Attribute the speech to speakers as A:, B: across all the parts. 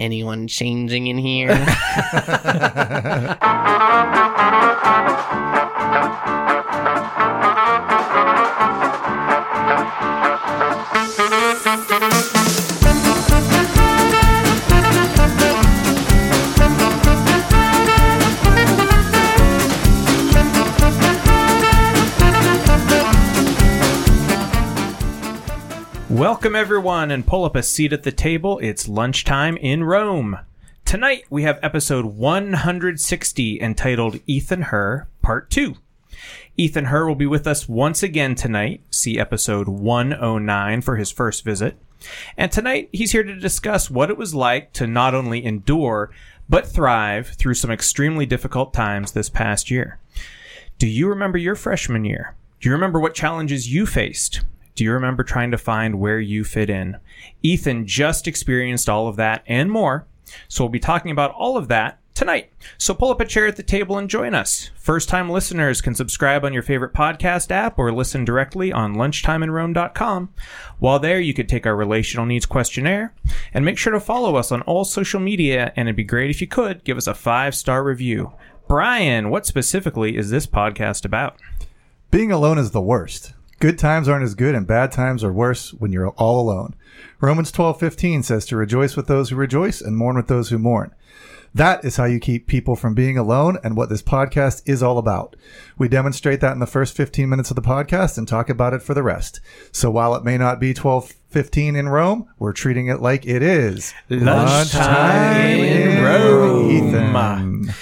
A: anyone changing in here?
B: Welcome, everyone, and pull up a seat at the table. It's lunchtime in Rome. Tonight, we have episode 160 entitled Ethan Herr, Part 2. Ethan Herr will be with us once again tonight. See episode 109 for his first visit. And tonight, he's here to discuss what it was like to not only endure, but thrive through some extremely difficult times this past year. Do you remember your freshman year? Do you remember what challenges you faced? Do you remember trying to find where you fit in? Ethan just experienced all of that and more, so we'll be talking about all of that tonight. So pull up a chair at the table and join us. First time listeners can subscribe on your favorite podcast app or listen directly on lunchtimeinrome.com. While there, you could take our relational needs questionnaire and make sure to follow us on all social media. And it'd be great if you could give us a five star review. Brian, what specifically is this podcast about?
C: Being alone is the worst. Good times aren't as good and bad times are worse when you're all alone. Romans 12:15 says to rejoice with those who rejoice and mourn with those who mourn. That is how you keep people from being alone and what this podcast is all about. We demonstrate that in the first 15 minutes of the podcast and talk about it for the rest. So while it may not be 12:15 in Rome, we're treating it like it is.
B: Lunchtime in Rome.
C: Ethan.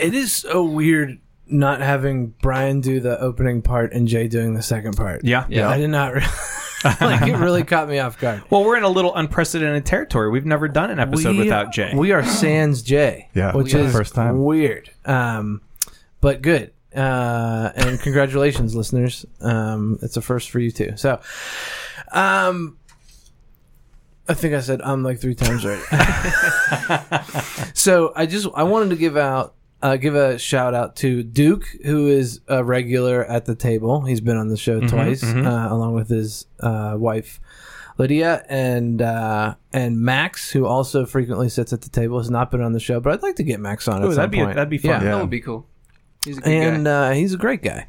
D: It is so weird not having Brian do the opening part and Jay doing the second part.
B: Yeah.
C: Yeah.
D: I did not re- like it really caught me off guard.
B: Well, we're in a little unprecedented territory. We've never done an episode without Jay.
D: We are sans Jay.
C: Yeah,
D: Which
C: we are.
D: is
C: First time.
D: weird. Um but good. Uh and congratulations listeners. Um it's a first for you too. So um I think I said um like three times already. so I just I wanted to give out uh, give a shout out to Duke, who is a regular at the table. He's been on the
B: Mm-hmm,
D: show twice, Uh, along with his uh, wife Lydia and uh, and Max, who also frequently sits at the table. Has not been on the show, but I'd like to get Max on. at
B: Ooh,
D: some
B: that'd be
D: point.
B: that'd be fun.
D: Yeah.
E: That would be cool. He's a good
D: and
E: guy.
D: uh, he's a great guy.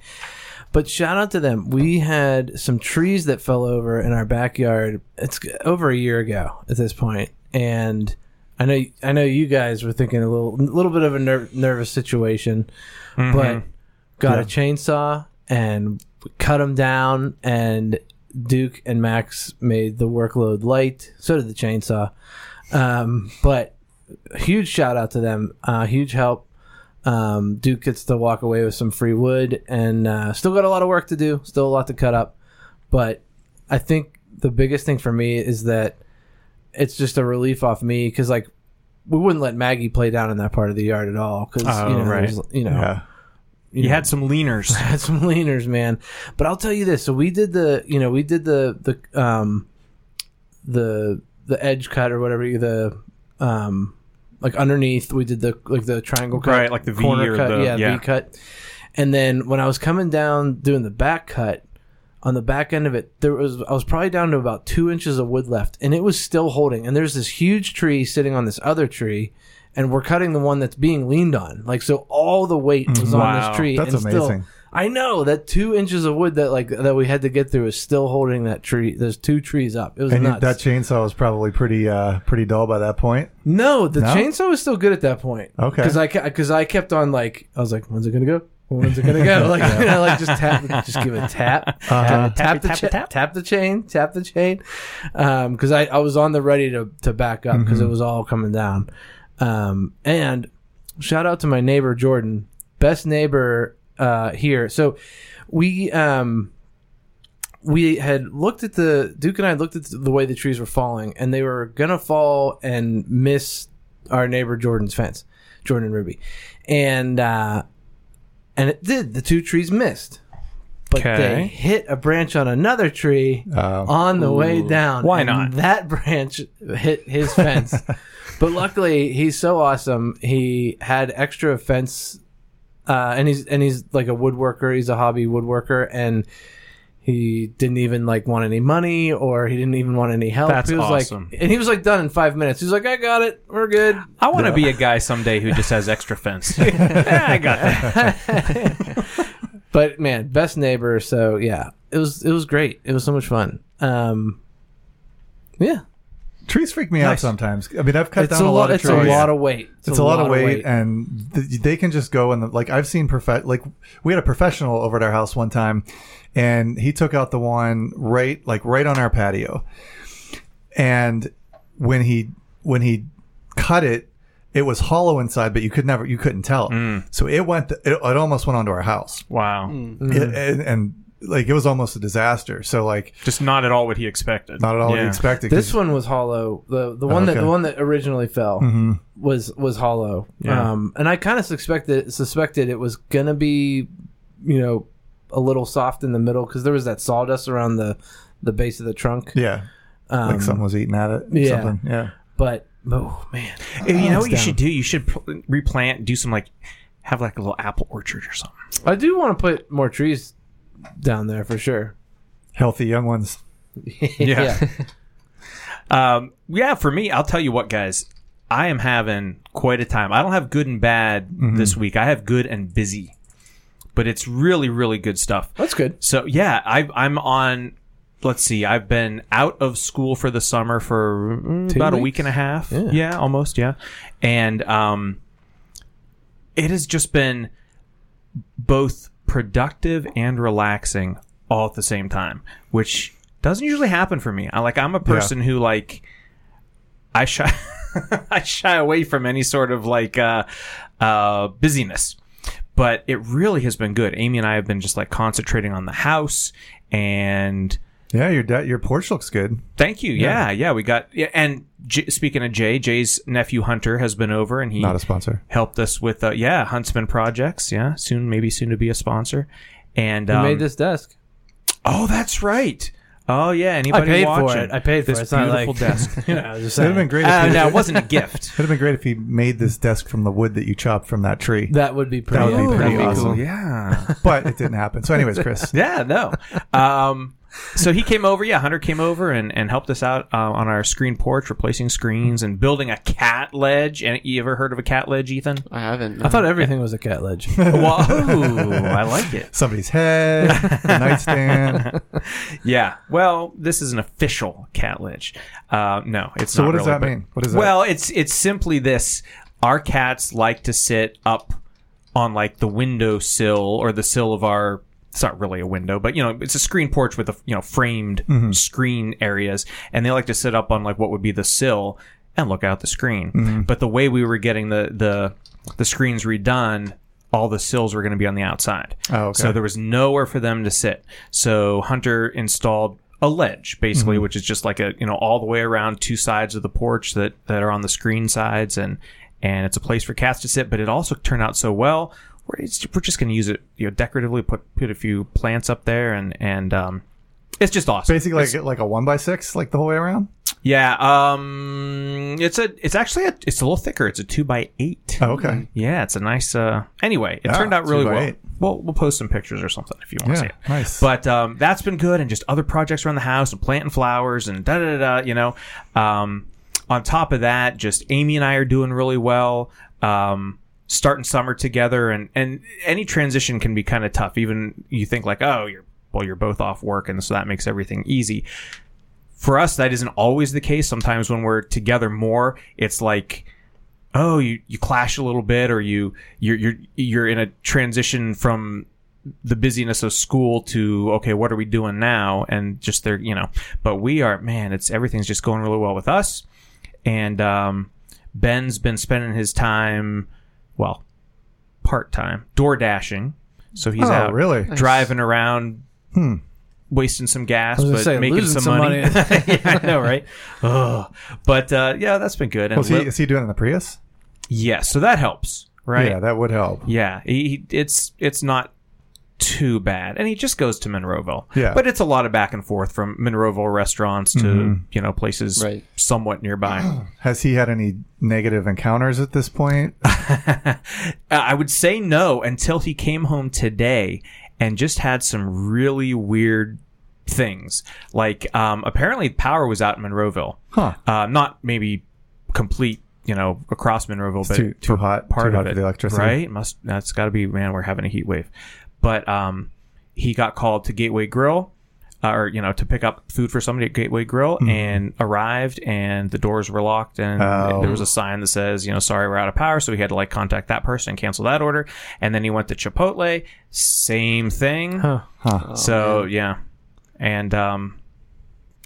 D: But shout out to them. We had some trees that fell over in our backyard. It's over a year ago at this point, and I know I know you guys were thinking a little little bit of a ner- nervous situation,
B: Mm-hmm.
D: but got a chainsaw and cut them down. And Duke and Max made the workload light. So did the chainsaw. Um, but huge shout out to them. Uh, huge help. Um, Duke gets to walk away with some free wood and uh, still got a lot of work to do, still a lot to cut up. But I think the biggest thing for me is that it's just a relief off me because, like, we wouldn't let Maggie play down in that part of the yard at all because,
B: Oh,
D: you know,
B: right.
D: there's- you know,
C: Yeah.
B: You had some leaners.
D: had some leaners, man. But I'll tell you this: so we did the, you know, we did the the um the the edge cut or whatever the um like underneath we did the like the triangle cut,
B: Right, like the V or
D: cut,
B: the-
D: yeah,
B: yeah.
D: V cut. And then when I was coming down doing the back cut. On the back end of it, there was I was probably down to about two inches of wood left, and it was still holding. And there's this huge tree sitting on this other tree, and we're cutting the one that's being leaned on. Like so, all the weight was on
B: Wow.
D: this tree.
C: That's
D: and still-
C: amazing.
D: I know that two inches of wood that like that we had to get through is still holding that tree. There's two trees up. It was
C: And you,
D: nuts.
C: that chainsaw was probably pretty uh, pretty dull by that point.
D: no, the
C: No?
D: chainsaw was still good at that point.
C: Okay.
D: because I because I kept on like I was like, when's it gonna go? When's it gonna go? Like you know, like just tap, just give it a tap,
C: Uh-huh.
D: tap, tap, the
B: Tap,
D: cha-
B: tap.
D: tap. the chain, tap the chain, because I I was on the ready to to back up because it was all coming down. Um, and shout out to my neighbor Jordan, best neighbor uh, here. So we um we had looked at the Duke and I looked at the way the trees were falling, and they were gonna fall and miss our neighbor Jordan's fence, Jordan Ruby, and uh, and it did. The two trees missed, but
B: Okay.
D: they hit a branch on another tree
C: Uh,
D: on the way down.
B: Why
D: and
B: not?
D: That branch hit his fence, but luckily he's so awesome. He had extra fence, uh, and he's and he's like a woodworker. He's a hobby woodworker, and He didn't even like want any money, or he didn't even want any help.
B: That's
D: he was
B: awesome.
D: Like, and he was like done in five minutes. He was like, "I got it. We're good."
B: I want to be a guy someday who just has extra fence. yeah, I got that.
D: But man, best neighbor. So yeah, it was it was great. It was so much fun. Um, yeah,
C: Trees freak me out
B: Nice.
C: sometimes. I mean, I've cut
D: it's
C: down a
D: a
C: lot
D: lot.
C: of
D: It's
C: trees.
D: a lot of weight.
C: it's a lot, of weight, and th- they can just go and like I've seen prof like we had a professional over at our house one time, and he took out the one right like right on our patio, and when he when he cut it, it was hollow inside, but you could never you couldn't tell. So it went th- it, it almost went onto our house,
B: Wow.
D: Mm. Mm-hmm.
C: It- and, and like it was almost a disaster. So like
B: Just not at all what he expected.
C: not at all what
B: Yeah.
C: you expected. 'cause-
D: This one was hollow. The the one that
C: okay.
D: the one that originally fell was was hollow.
B: Yeah.
D: Um, and I kind of suspected suspected it was gonna be, you know, a little soft in the middle because there was that sawdust around the the base of the trunk.
C: yeah,
B: Um,
C: like something was eating at it.
D: yeah.
C: something. yeah.
D: But oh man,
B: Hey, you know what you
D: down.
B: should do? You should pl- replant, do some like, have like a little apple orchard or something.
D: I do want to put more trees down there for sure.
C: Healthy young ones.
B: Yeah. Um, yeah, for me, I'll tell you what, guys. I am having quite a time. I don't have good and bad this week. I have good and busy, but it's really, really good stuff.
D: that's good.
B: So yeah, I, I'm on. Let's see. I've been out of school for the summer for mm,
D: Two
B: about a
D: weeks?
B: week and a half.
D: Yeah.
B: Yeah. almost. Yeah, and um, it has just been both productive and relaxing all at the same time, which doesn't usually happen for me. I like I'm a person who like I shy I shy away from any sort of like uh, uh, busyness but it really has been good. Amy and I have been just like concentrating on the house and
C: Yeah, your da- your porch looks good.
B: thank you. Yeah, yeah, we got yeah, and J- speaking of Jay, Jay's nephew Hunter has been over and he
C: Not a sponsor.
B: helped us with uh, yeah, Huntsman Projects, yeah, soon maybe soon to be a sponsor. And
D: I
B: um,
D: made this desk.
B: Oh, that's right. Oh yeah, anybody
D: paid for
B: watching?
D: it. I paid for
B: this
D: it. It's not
B: beautiful
D: like-
B: desk.
D: You know, I was just
C: It'd have been
D: saying.
C: great. If
B: Uh,
C: you,
B: no, it wasn't a gift.
C: It'd have been great if he made this desk from the wood that you chopped from that tree.
D: That would be pretty.
C: That would be
D: awesome.
C: pretty
B: That'd be
C: awesome.
B: cool. Yeah.
C: But it didn't happen. So, anyways, Chris,
B: Yeah, no. Um, so he came over. Yeah, Hunter came over and, and helped us out uh, on our screen porch, replacing screens and building a cat ledge. And you ever heard of a cat ledge, Ethan?
A: I haven't.
D: I thought everything was a cat ledge.
B: Whoa, I like it.
C: somebody's head, a nightstand.
B: Yeah. Well, this is an official cat ledge. Uh, no, it's
C: So,
B: not
C: what does
B: really,
C: that
B: but-
C: mean? What is that?
B: Well, it's it's simply this: our cats like to sit up on like the windowsill or the sill of our. It's not really a window, but you know, it's a screen porch with a you know framed
C: Mm-hmm.
B: screen areas, and they like to sit up on like what would be the sill and look out the screen.
C: Mm-hmm.
B: But the way we were getting the the the screens redone. All the sills were going to be on the outside,
C: Oh, okay.
B: so there was nowhere for them to sit. So Hunter installed a ledge basically
C: Mm-hmm.
B: which is just like a you know all the way around two sides of the porch that that are on the screen sides and and it's a place for cats to sit but it also turned out so well we're, it's, we're just going to use it you know decoratively put put a few plants up there and and um it's just awesome
C: basically like like a one by six, like the whole way around.
B: yeah um it's a it's actually a it's a little thicker it's a two by eight
C: Oh, okay.
B: yeah it's a nice uh anyway it
C: Yeah,
B: turned out
C: two
B: really
C: by
B: well
C: eight.
B: well we'll post some pictures or something if you want to see
C: Yeah,
B: it
C: nice.
B: but um, that's been good, and just other projects around the house and planting flowers and da da da. da, You know, um, on top of that, just Amy and I are doing really well. Um, starting summer together, and and any transition can be kind of tough. Even you think like, oh, you're well, you're both off work, and so that makes everything easy. For us, that isn't always the case. Sometimes when we're together more, it's like oh you, you clash a little bit or you you're, you're you're in a transition from the busyness of school to okay what are we doing now and just there you know but we are man it's everything's just going really well with us and um, ben's been spending his time well part-time door dashing so he's
C: Oh,
B: out
C: really?
B: driving around wasting some gas
D: was gonna
B: but
D: say,
B: making
D: losing
B: some,
D: some
B: money, yeah, i know right Ugh. but uh, yeah that's been good and
C: Was he,
B: Lip-
C: is he doing it in the Prius?
B: yeah, so that helps, right?
C: Yeah,
B: Yeah,
C: that would help.
B: he, he- it's it's not too bad, and he just goes to Monroeville.
C: Yeah.
B: but it's a lot of back and forth from Monroeville restaurants to
C: Mm-hmm.
B: you know places
A: Right.
B: somewhat nearby.
C: Has he had any negative encounters at this point?
B: Uh, I would say no until he came home today and just had some really weird things. Like um, apparently power was out in Monroeville.
C: Huh.
B: Uh, not maybe complete, you know, across Monroeville, but
C: too- too
B: for
C: hot-
B: part
C: too
B: of
C: hot
B: it,
C: for the electricity.
B: Right? Must that's got to be man. We're having a heat wave. But um, he got called to Gateway Grill. Uh, or you know to pick up food for somebody at Gateway Grill
C: Mm-hmm.
B: and arrived and the doors were locked and
C: Oh.
B: there was a sign that says you know sorry we're out of power so he had to like contact that person and cancel that order and then he went to Chipotle same thing
D: Huh.
B: so yeah, and um,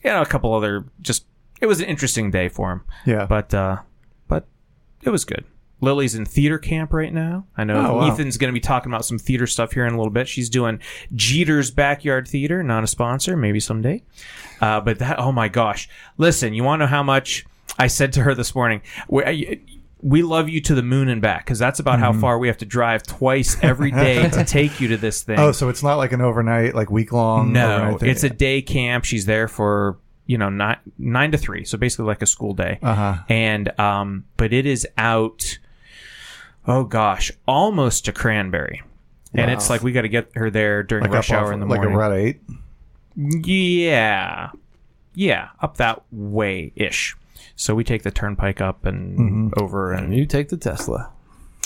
B: you know a couple other just it was an interesting day for him,
C: Yeah.
B: but uh, but it was good. Lily's in theater camp right now. I know
C: Oh, wow.
B: Ethan's going to be talking about some theater stuff here in a little bit. She's doing Jeter's Backyard Theater, not a sponsor, maybe someday. Uh, but that, oh my gosh. Listen, you want to know how much I said to her this morning? We, I- we love you to the moon and back because that's about
C: Mm-hmm.
B: how far we have to drive twice every day to take you to this thing.
C: oh, so it's not like an overnight, like week long.
B: No, it's a day camp. She's there for you know nine nine to three, so basically like a school day.
C: Uh huh.
B: And um, but it is out. Oh gosh, almost to Cranberry, and it's like we got to get her there during
C: Like
B: rush
C: up
B: hour
C: off-
B: in the
C: like
B: morning.
C: around eight.
B: Yeah, yeah, up that way ish. So we take the turnpike up and
C: Mm-hmm.
B: over and
D: And you take the Tesla.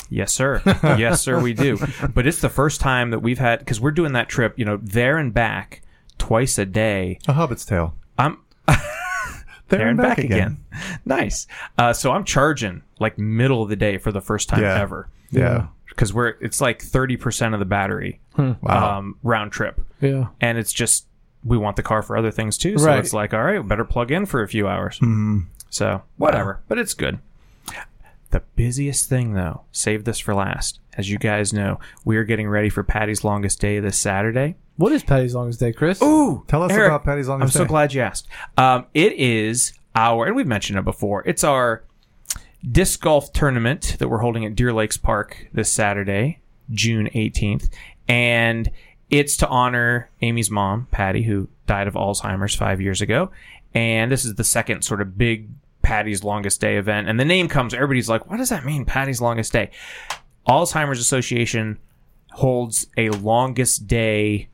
B: Yes, sir. yes, sir, we do. But it's the first time that we've had because we're doing that trip, you know, there and back twice a day.
C: A hobbit's tail.
B: I'm
C: There,
B: there and back, again. Nice. Uh, so I'm charging like middle of the day for the first time
C: Yeah.
B: ever
C: Yeah.
B: because we're it's like 30% of the battery
C: Hmm. Wow.
B: um, round trip,
D: Yeah.
B: and it's just we want the car for other things too. So
D: Right.
B: it's like all right, we better plug in for a few hours.
C: Mm-hmm.
B: So whatever, but it's good. The busiest thing though, save this for last. As you guys know, we are getting ready for Patty's longest day this Saturday.
D: What is Patty's longest day, Chris?
B: Ooh,
C: Tell us
B: Eric,
C: about Patty's longest
B: I'm so
C: day.
B: glad you asked. Um, it is our, and we've mentioned it before. It's our disc golf tournament that we're holding at Deer Lakes Park this Saturday, June 18th, and it's to honor Amy's mom, Patty, who died of Alzheimer's five years ago. And this is the second sort of big Patty's longest day event. And the name comes, everybody's like, what does that mean, Patty's longest day? Alzheimer's Association holds a longest day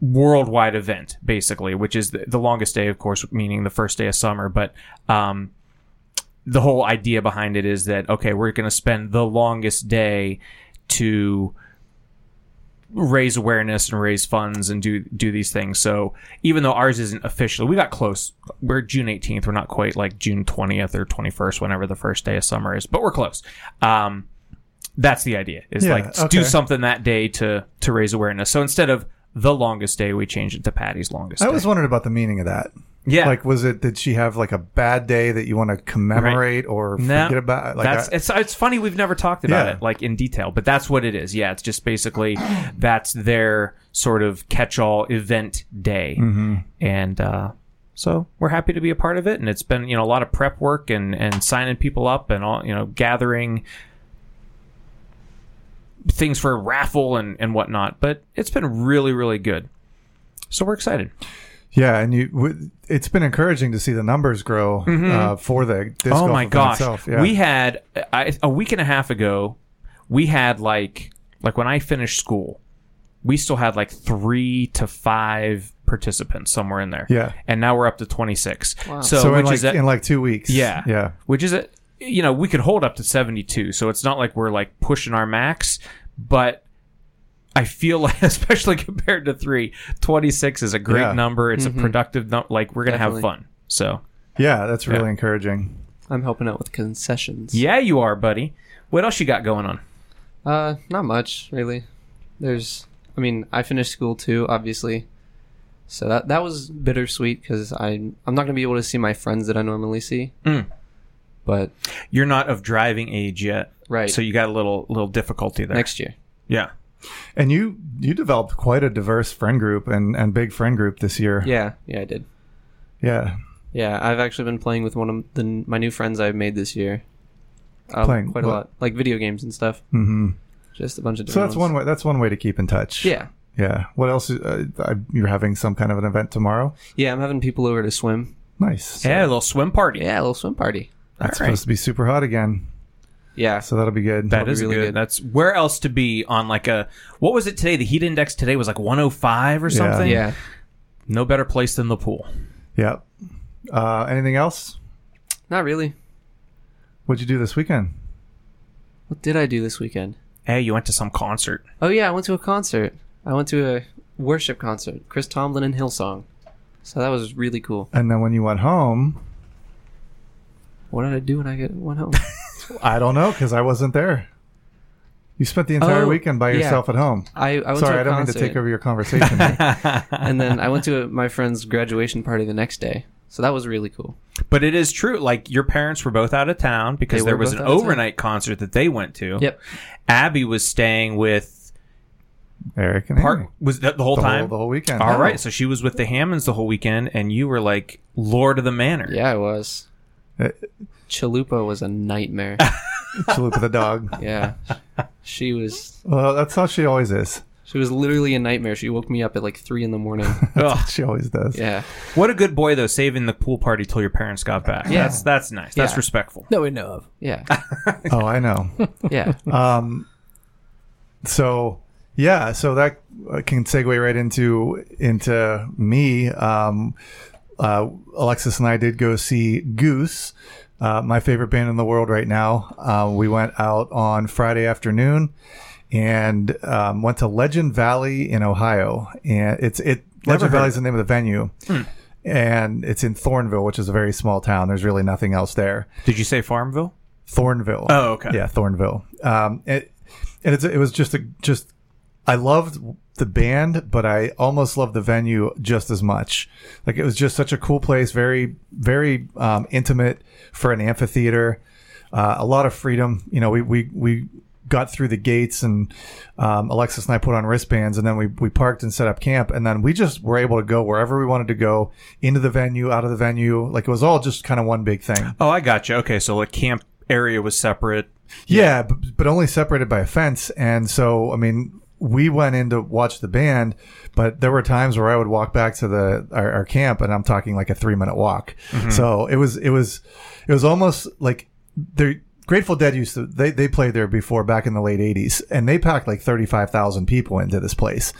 B: worldwide event, basically, which is the, the longest day, of course, meaning the first day of summer. But um, the whole idea behind it is that, okay, we're going to spend the longest day to raise awareness and raise funds and do do these things. So even though ours isn't official, we got close. We're June 18th. We're not quite like June 20th or 21st, whenever the first day of summer is, but we're close. Um, that's the idea. Is
C: Yeah,
B: like do
C: okay.
B: something that day to to raise awareness. So instead of the longest day, we changed it to Patty's longest.
C: I
B: day.
C: was wondering about the meaning of that.
B: yeah.
C: Like, was it did she have like a bad day that you want to commemorate or
B: No,
C: forget about? Like,
B: that's
C: I-
B: it's it's funny we've never talked about
C: Yeah.
B: it like in detail, but that's what it is. Yeah, it's just basically that's their sort of catch-all event day,
C: Mm-hmm.
B: and uh, so we're happy to be a part of it. And it's been you know a lot of prep work and and signing people up and all you know gathering things for a raffle and and whatnot. But it's been really really good, so we're excited.
C: yeah, and you. w- It's been encouraging to see the numbers grow uh, for the disc
B: oh
C: golf
B: my
C: event
B: gosh
C: itself. Yeah.
B: we had I, a week and a half ago we had like like when i finished school we still had like three to five participants somewhere in there
C: Yeah.
B: and now we're up to 26 so,
C: so
B: which
C: in like
B: is a,
C: in like two weeks.
B: yeah
C: yeah.
B: which is a you know we could hold up to 72 so it's not like we're like pushing our max but I feel like, especially compared to three, 26 is a great
C: Yeah.
B: number. It's a productive number. Like, we're going to have
E: Definitely.
B: fun. So,
C: Yeah, that's really
B: Yeah.
C: encouraging.
E: I'm helping out with concessions.
B: yeah, you are, buddy. What else you got going on?
E: Uh, not much really. There's, I mean, I finished school too, obviously. So that that was bittersweet because I I'm not gonna be able to see my friends that I normally see.
B: Mm.
E: But
B: You're not of driving age yet,
E: right
B: so you got a little little difficulty there.
E: next year,
B: yeah,
C: And you you developed quite a diverse friend group and and big friend group this year.
E: yeah, yeah, I did.
C: Yeah.
E: Yeah, I've actually been playing with one of the my new friends I've made this year. Uh,
C: Playing
E: quite a
C: what?
E: lot, like video games and stuff.
C: hmm
E: Just a bunch of.
C: So
E: Different
C: that's one way. That's one way to keep in touch.
E: Yeah,
C: Yeah. What else? Uh, I- you're having some kind of an event tomorrow.
E: yeah. I'm having people over to swim.
C: Nice.
B: yeah, a little swim party.
E: Yeah, a little swim party.
C: That's
B: All right.
C: supposed to be super hot again,
E: Yeah,
C: so that'll be good.
B: That
E: be
B: is
E: really
B: good.
E: good.
B: That's where else to be on like a what was it today? The heat index today was like 105 or something.
E: yeah.
B: No better place than the pool.
C: Yeah. Uh, anything else?
E: Not really.
C: What'd you do this weekend?
E: What did I do this weekend?
B: Hey, you went to some concert.
E: Oh yeah, I went to a concert. I went to a worship concert. Chris Tomlin and Hillsong. So that was really cool.
C: And then when you went home,
E: What did I do when I get went home?
C: I don't know because I wasn't there. You spent the entire
E: Oh,
C: weekend by
E: yeah.
C: yourself at home.
E: I, I went
C: Sorry,
E: to a
C: I don't
E: concert,
C: mean to take over your conversation.
E: and then I went to a, my friend's graduation party the next day. So that was really cool.
B: But it is true. Like your parents were both out of town because
E: They
B: there
E: were
B: was
E: both
B: an
E: out of town.
B: overnight concert that they went to.
E: Yep.
B: Abby was staying with
C: Eric and
B: Park.
C: Amy.
B: Was that the whole
C: Hmm. the
B: time?
C: whole, the whole weekend.
B: All
C: Oh.
B: right, so she was with the Hammonds the whole weekend, and you were like Lord of the Manor.
E: Yeah, I was.
C: Uh,
E: Chalupa was a nightmare.
C: Chalupa the dog.
E: yeah. She was
C: Well, that's how she always is.
E: she was literally a nightmare. She woke me up at like three in the morning.
B: Ugh.
C: She always does.
E: Yeah.
B: What a good boy though, saving the pool party till your parents got back.
E: Yeah.
B: That's that's nice. That's
E: Yeah.
B: respectful.
D: that we know of.
E: Yeah.
C: Oh, I know.
E: Yeah.
C: Um, so yeah, so that uh, can segue right into into me. Um, uh, Alexis and I did go see Goose, uh, my favorite band in the world right now. Uh, we went out on Friday afternoon and um, went to Legend Valley in Ohio, and it's it Hmm. Legend Valley is the name of the venue. And it's in Thornville, which is a very small town. There's really nothing else there.
B: Did you say Farmville?
C: Thornville.
B: Oh, okay.
C: Yeah, Thornville. Um, it, and it's, it was just a just. I loved the band, but I almost loved the venue just as much. Like it was just such a cool place, very very um, intimate for an amphitheater. Uh, a lot of freedom. You know, we we we got through the gates and um, Alexis and I put on wristbands and then we, we parked and set up camp and then we just were able to go wherever we wanted to go into the venue, out of the venue. Like it was all just kind of one big thing.
B: Oh, I got you. Okay, so like camp area was separate.
C: Yeah, but, but only separated by a fence. And so, I mean, we went in to watch the band, but there were times where I would walk back to the our, our camp, and I'm talking like a three minute walk. So it was it was it was almost like they're Grateful Dead used to they they played there before back in the late '80s, and they packed like 35,000 people into this place.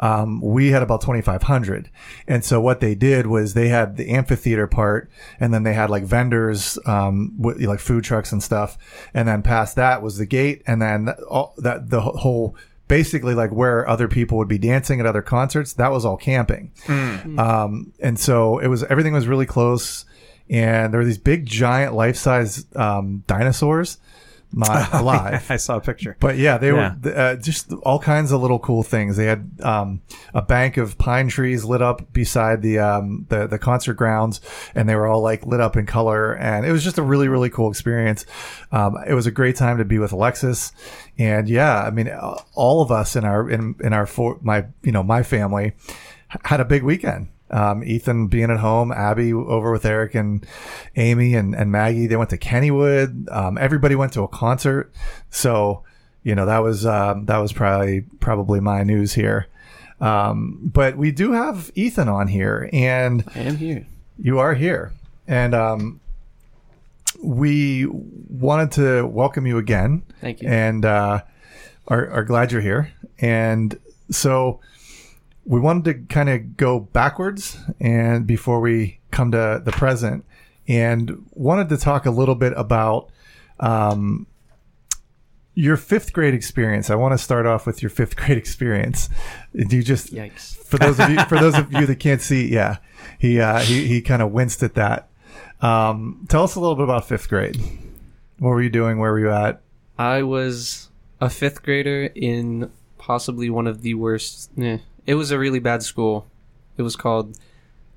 C: Um, we had about 2,500, and so what they did was they had the amphitheater part, and then they had like vendors, um, with, like food trucks and stuff, and then past that was the gate, and then all that the whole basically like where other people would be dancing at other concerts that was all camping um, and so it was everything was really close and there were these big giant life-size um, dinosaurs not alive
B: I saw a picture.
C: but yeah they
B: Yeah.
C: were uh, just all kinds of little cool things they had um, a bank of pine trees lit up beside the, um, the the concert grounds and they were all like lit up in color and it was just a really really cool experience um, it was a great time to be with alexis and yeah i mean uh, all of us in our in, in our four, my you know my family h- had a big weekend um, Ethan being at home, Abby over with Eric and Amy and, and Maggie. They went to Kennywood. Um, everybody went to a concert. So, you know, that was, um, that was probably, probably my news here. Um, but we do have Ethan on here and
E: I am here.
C: you are here. And, um, we wanted to welcome you again
E: Thank you.
C: and uh, are, are glad you're here. And so we wanted to kind of go backwards and before we come to the present, and wanted to talk a little bit about um, your fifth grade experience. I want to start off with your fifth grade experience. Do you just
E: Yikes.
C: for those of you for those of you that can't see? Yeah, he uh, he he kind of winced at that. Um, tell us a little bit about fifth grade. What were you doing? Where were you at?
E: I was a fifth grader in possibly one of the worst. eh, it was a really bad school. It was called.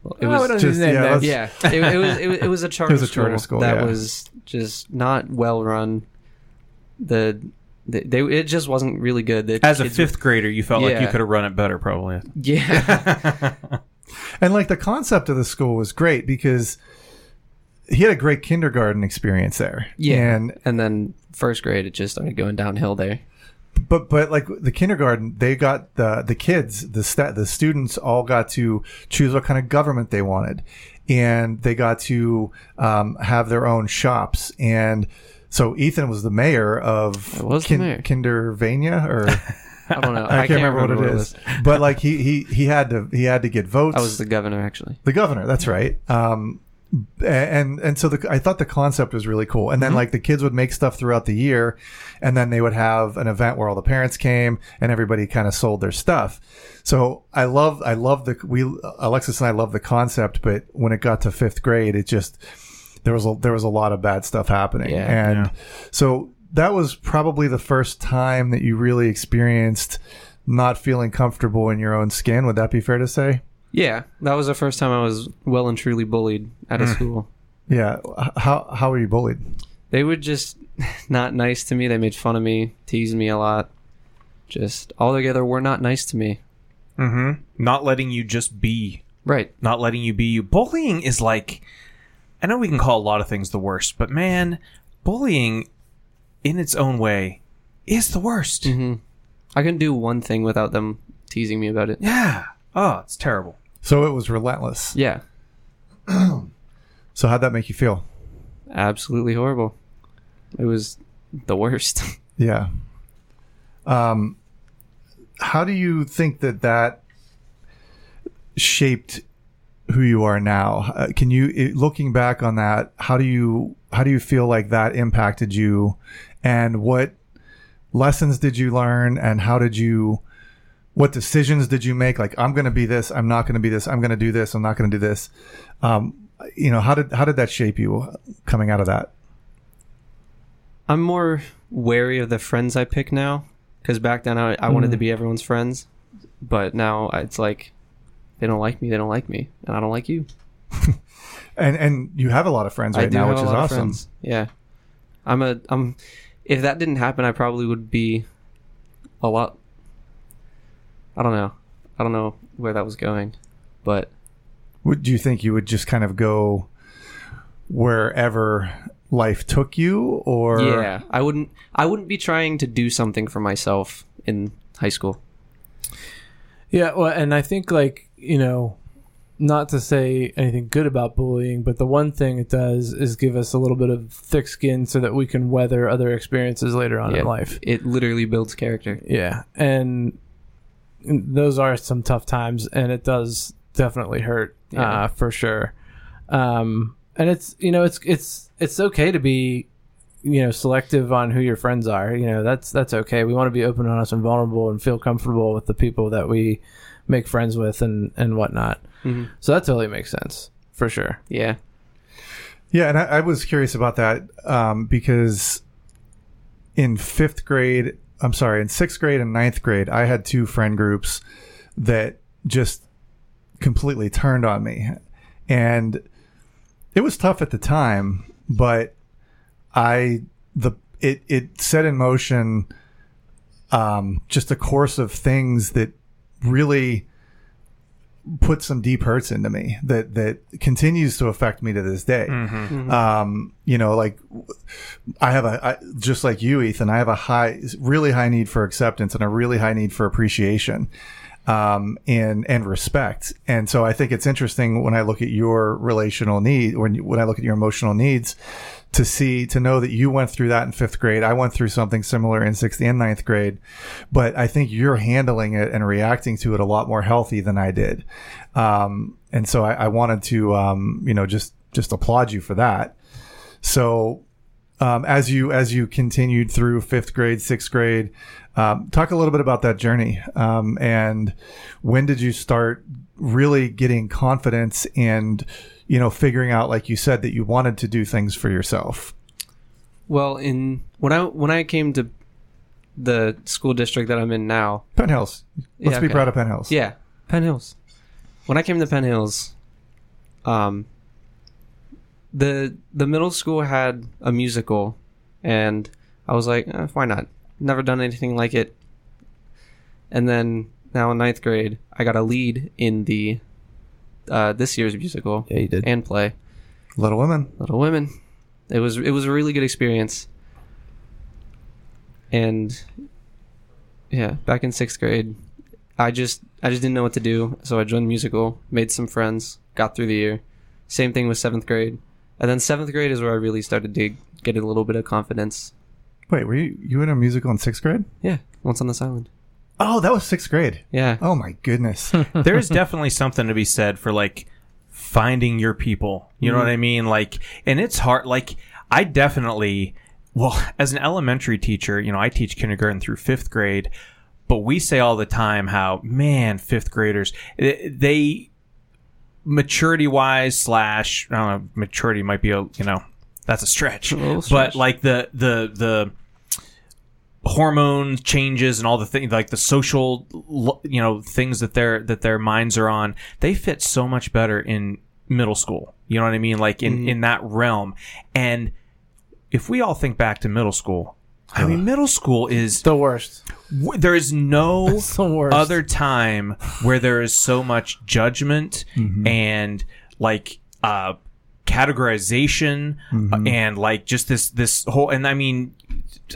E: well,
D: Oh,
E: It was,
C: just- yeah, let's-
E: yeah, it, it was it, was- it was a charter,
C: was a charter school,
E: that
C: yeah.
E: was just not well run. The, the they it just wasn't really good. The
B: As a
E: kids-
B: fifth grader, you felt like you
E: Yeah.
B: could have run it better, probably.
E: yeah,
C: And like the concept of the school was great because he had a great kindergarten experience there.
E: yeah,
C: And
E: and then first grade it just started going downhill there.
C: but but like the kindergarten, they got the the kids, the sta the students all got to choose what kind of government they wanted, and they got to um, have their own shops. And so Ethan was the mayor of
E: I was the mayor.
C: Kindervania, or
E: I don't know.
C: I, can't, remember, what it is, but like he he he had to he had to get votes.
E: I was the governor actually.
C: the governor. That's right. Um, and and so the, I thought the concept was really cool. And then like the kids would make stuff throughout the year, and then they would have an event where all the parents came and everybody kind of sold their stuff. So I love I love the we Alexis and I love the concept, but when it got to fifth grade, it just there was a, there was a lot of bad stuff happening,
E: Yeah.
C: and so that was probably the first time that you really experienced not feeling comfortable in your own skin. Would that be fair to say?
E: Yeah, that was the first time I was well and truly bullied at a
C: Hmm.
E: school.
C: Yeah. H- How how were you bullied?
E: They were just not nice to me. They made fun of me, teased me a lot. Just altogether were not nice to me.
B: Mm-hmm. Not letting you just be.
E: Right.
B: Not letting you be you. Bullying is like. I know we can call a lot of things the worst, but man, bullying in its own way is the worst.
E: hmm I couldn't do one thing without them teasing me about it.
B: Yeah. Oh, it's terrible.
C: So it was relentless.
E: Yeah,
C: So how'd that make you feel?
E: absolutely horrible. It was the worst.
C: Yeah. Um, how do you think that that shaped who you are now? Uh, can you, it, looking back on that, how do you how do you feel like that impacted you, and what lessons did you learn, and how did you? What decisions did you make? Like, I'm going to be this. I'm not going to be this. I'm going to do this. I'm not going to do this. Um, you know, how did how did that shape you uh, coming out of that?
E: I'm more wary of the friends I pick now because back then I, I wanted to be everyone's friends, but now it's like they don't like me, they don't like me, and I don't like you.
C: And and you have a lot of friends
E: I
C: right
E: do
C: now,
E: have
C: which
E: a
C: is
E: lot of
C: awesome.
E: friends. Yeah, I'm a I'm. If that didn't happen, I probably would be a lot. I don't know. I don't know where that was going, but
C: Would do you think you would just kind of go wherever life took you, or
E: yeah, I wouldn't. I wouldn't be trying to do something for myself in high school.
D: Yeah, well, and I think like you know, not to say anything good about bullying, but the one thing it does is give us a little bit of thick skin so that we can weather other experiences later on
E: Yeah.
D: in life.
E: It literally builds character.
D: Yeah, and those are some tough times, and it does definitely hurt
E: Yeah.
D: uh, for sure. Um, and it's you know it's it's it's okay to be you know selective on who your friends are. You know that's that's okay. We want to be open, honest, and vulnerable, and feel comfortable with the people that we make friends with and and whatnot.
E: Mhm.
D: So that totally makes sense for sure.
E: Yeah,
C: Yeah, and I, I was curious about that um, because in fifth grade, I'm sorry, in sixth grade and ninth grade, I had two friend groups that just completely turned on me, and it was tough at the time, but I the it it set in motion um, just a course of things that really put some deep hurts into me that that continues to affect me to this day um you know like i have a I, just like you ethan i have a high really high need for acceptance and a really high need for appreciation um and and respect and so i think it's interesting when i look at your relational need when you- when i look at your emotional needs to see to know that you went through that in fifth grade i went through something similar in sixth and ninth grade but i think you're handling it and reacting to it a lot more healthy than i did um, and so I, I wanted to um, you know just just applaud you for that so um, as you as you continued through fifth grade sixth grade um, talk a little bit about that journey um, and when did you start really getting confidence and you know figuring out like you said that you wanted to do things for yourself
E: Well, in when I when I came to the school district that I'm in now,
C: penthouse let's
E: Yeah,
C: be
E: okay.
C: proud of penthouse
E: yeah, Penn Hills. When I came to Penn Hills, um, the the middle school had a musical, and I was like, eh, why not? Never done anything like it. And then now in ninth grade, I got a lead in the uh, this year's musical
D: Yeah, you did.
E: and play.
C: little women
E: Little Women. It was it was a really good experience. And yeah, back in sixth grade, I just I just didn't know what to do, so I joined musical, made some friends, got through the year. Same thing with seventh grade, and then seventh grade is where I really started to get a little bit of confidence.
C: wait were you you in a musical in sixth grade
E: Yeah, once on this island.
C: Oh, that was sixth grade.
E: Yeah.
C: Oh my goodness.
B: there's definitely something to be said for like finding your people. You know what I mean? Like, and it's hard. Like, I definitely, well, as an elementary teacher, you know, I teach kindergarten through fifth grade, but we say all the time how, man, fifth graders, eh, they maturity wise slash, I don't know, maturity might be a, you know, that's a stretch,
E: little
B: but
E: stretch.
B: like the, the, the, hormone changes and all the things like the social l- you know things that their that their minds are on they fit so much better in middle school you know what i mean like in
E: Mm-hmm.
B: in that realm and if we all think back to middle school i mean middle school is
D: The worst.
B: w- there is no
D: It's the worst.
B: other time where there is so much judgment
D: Mm-hmm.
B: and like uh categorization
D: Mm-hmm.
B: uh, and like just this this whole and i mean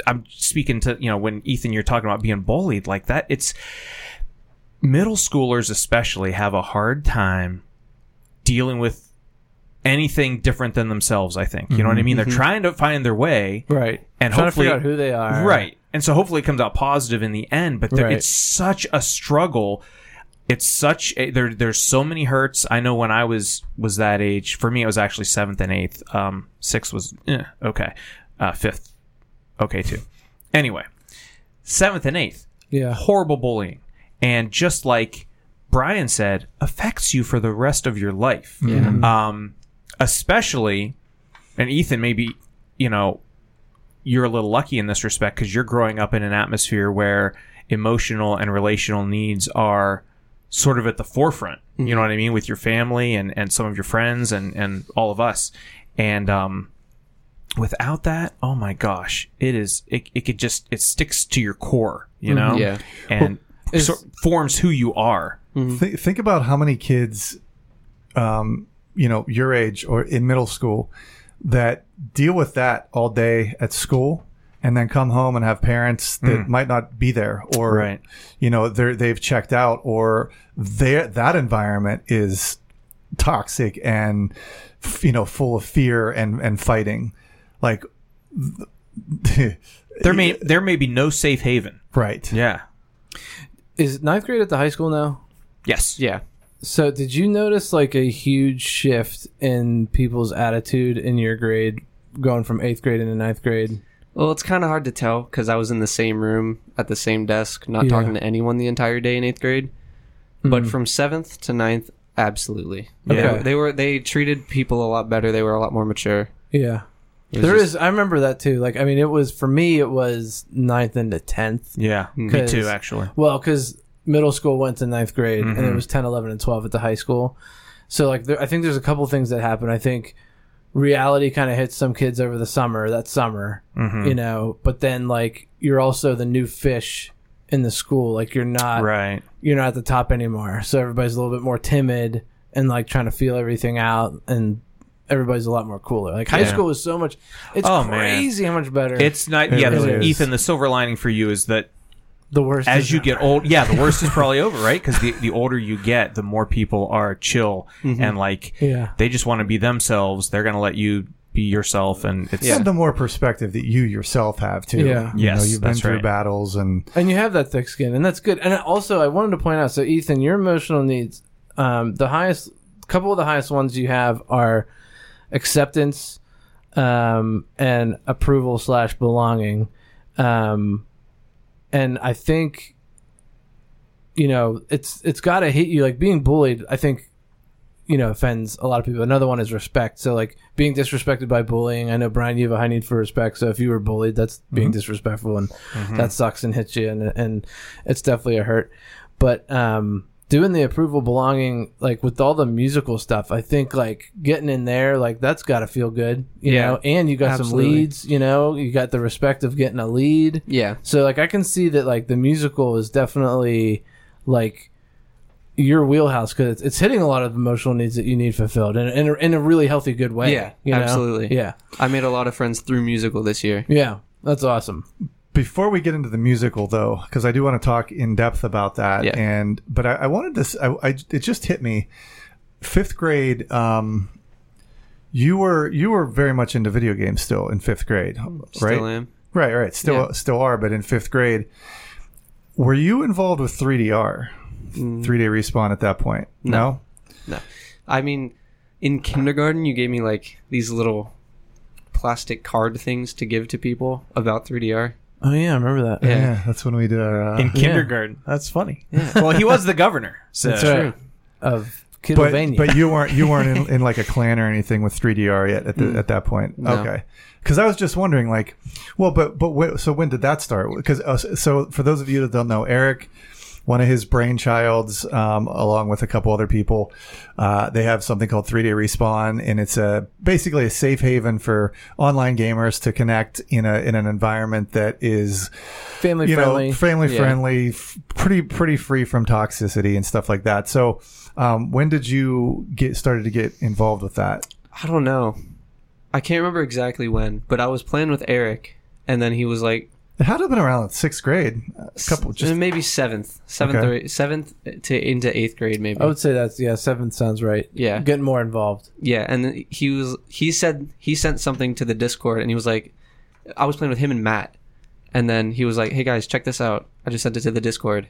B: i'm speaking to you know when ethan you're talking about being bullied like that it's middle schoolers especially have a hard time dealing with anything different than themselves i think you know what i mean they're trying to find their way
D: Mm-hmm. Right.
B: and
D: Trying
B: hopefully
D: to figure out who they are.
B: Right. And so hopefully it comes out positive in the end, but there,
D: Right.
B: it's such a struggle. It's such a, there. There's so many hurts. I know when I was was that age. For me, it was actually seventh and eighth. Um, sixth was eh, okay. Uh, fifth, okay too. Anyway, seventh and eighth,
D: Yeah.
B: horrible bullying, and just like Brian said, affects you for the rest of your life. Um, especially, and Ethan, maybe you know you're a little lucky in this respect because you're growing up in an atmosphere where emotional and relational needs are sort of at the forefront.
E: Mm-hmm.
B: You know what I mean with your family and and some of your friends and and all of us. And um, without that, oh my gosh, it is it it could just it sticks to your core. You know,
E: Mm-hmm. Yeah.
B: and sort forms who you are.
C: Th- think about how many kids, um, you know, your age or in middle school that deal with that all day at school and then come home and have parents that might not be there or,
B: Hmm. Right.
C: you know, they're, they've checked out or their- that environment is toxic and, f- you know, full of fear and, and fighting. Like, th-
B: There may there may be no safe haven.
C: right.
B: Yeah.
D: Is ninth grade at the high school now?
B: Yes.
E: Yeah.
D: So did you notice like a huge shift in people's attitude in your grade going from eighth grade into ninth grade?
E: Well, it's kind of hard to tell because I was in the same room at the same desk, not
D: Yeah. Hmm.
E: talking to anyone the entire day in eighth grade. But from seventh to ninth, absolutely. They
D: Okay.
E: were- They were they treated people a lot better. They were a lot more mature.
D: Yeah.
E: It was
D: there is.
E: just-
D: I remember that too. Like I mean it was for me it was ninth into tenth.
B: Yeah. Me
D: 'Cause-
B: too. Actually.
D: Well, because middle school went to ninth grade, and it was 10, 11, and 12 at the high school. So, like, there, I think there's a couple things that happen. I think reality kind of hits some kids over the summer, that summer, you know, but then, like, you're also the new fish in the school. Like, you're not,
B: Right.
D: you're not at the top anymore. So, everybody's a little bit more timid and, like, trying to feel everything out, and everybody's a lot more cooler. Like, high
B: Yeah.
D: school is so much, it's
B: Oh, man.
D: crazy how much better
B: It's not.
C: It
B: yeah,
C: really
B: the-
C: is.
B: Ethan. The silver lining for you is that
D: the worst
B: as
D: is
B: you
D: now.
B: get old, yeah, the worst is probably over, right? Because the the older you get, the more people are chill and like
D: Mm-hmm. Yeah.
B: they just want to be themselves. They're gonna let you be yourself, and it's
C: And the more perspective that you yourself have too.
D: Yeah.
C: You know,
B: Yes,
C: you've been
B: that's
C: through
B: right.
C: battles and
D: and you have that thick skin and that's good and also i wanted to point out so ethan your emotional needs um, the highest couple of the highest ones you have are acceptance um, and approval slash belonging um, and i think you know it's it's got to hit you like being bullied i think you know offends a lot of people another one is respect so like being disrespected by bullying i know brian you have a high need for respect so if you were bullied that's being
E: Mm-hmm.
D: disrespectful and that sucks and hits you and, and it's definitely a hurt but um doing the approval belonging like with all the musical stuff i think like getting in there like that's got to feel good you
E: Yeah.
D: know and you got
E: Absolutely.
D: some leads you know you got the respect of getting a lead
E: yeah.
D: so like I can see that like the musical is definitely like your wheelhouse because it's, it's hitting a lot of emotional needs that you need fulfilled in, in, a, in a really healthy good way.
E: Yeah,
D: you know?
E: absolutely.
D: Yeah,
E: I made a lot of friends through musical this year.
D: yeah, that's awesome.
C: before we get into the musical though because i do want to talk in depth about that
E: Yeah.
C: and but i, I wanted to s- I, I- it just hit me fifth grade um you were you were very much into video games still in fifth grade right
E: Still am.
C: right right still
E: Yeah.
C: still are but in fifth grade Were you involved with 3DR? 3D Respawn at that point? No.
E: I mean, in kindergarten, you gave me like these little plastic card things to give to people about 3DR.
D: Oh yeah, I remember that.
E: Yeah.
C: that's when we did our. Uh,
B: in kindergarten. That's funny. Well, he was the governor. So
D: That's right. Of
C: but
D: Kidvania.
C: but you weren't you weren't in, in like a clan or anything with 3DR yet at the, at that point.
E: No.
C: Okay, because I was just wondering, like, well, but but wh- so when did that start? Because uh, so for those of you that don't know, Eric. One of his brainchilds, um, along with a couple other people, uh, they have something called 3D Respawn, and it's a basically a safe haven for online gamers to connect in a in an environment that is
D: family
C: you
D: friendly.
C: know, family
E: Yeah.
C: friendly, f- pretty pretty free from toxicity and stuff like that. So, um, when did you get started to get involved with that?
E: I don't know. I can't remember exactly when, but I was playing with Eric, and then he was like,
C: It had to have been around sixth grade, a couple
E: s-
C: just
E: Uh, maybe seventh, seventh
C: Okay.
E: or eight, seventh to into eighth grade, maybe.
D: I would say that's yeah. Seventh sounds right.
E: Yeah.
D: Getting more involved.
E: Yeah, and he was he said he sent something to the Discord and he was like I was playing with him and Matt and then he was like, "Hey guys, check this out. I just sent it to the Discord."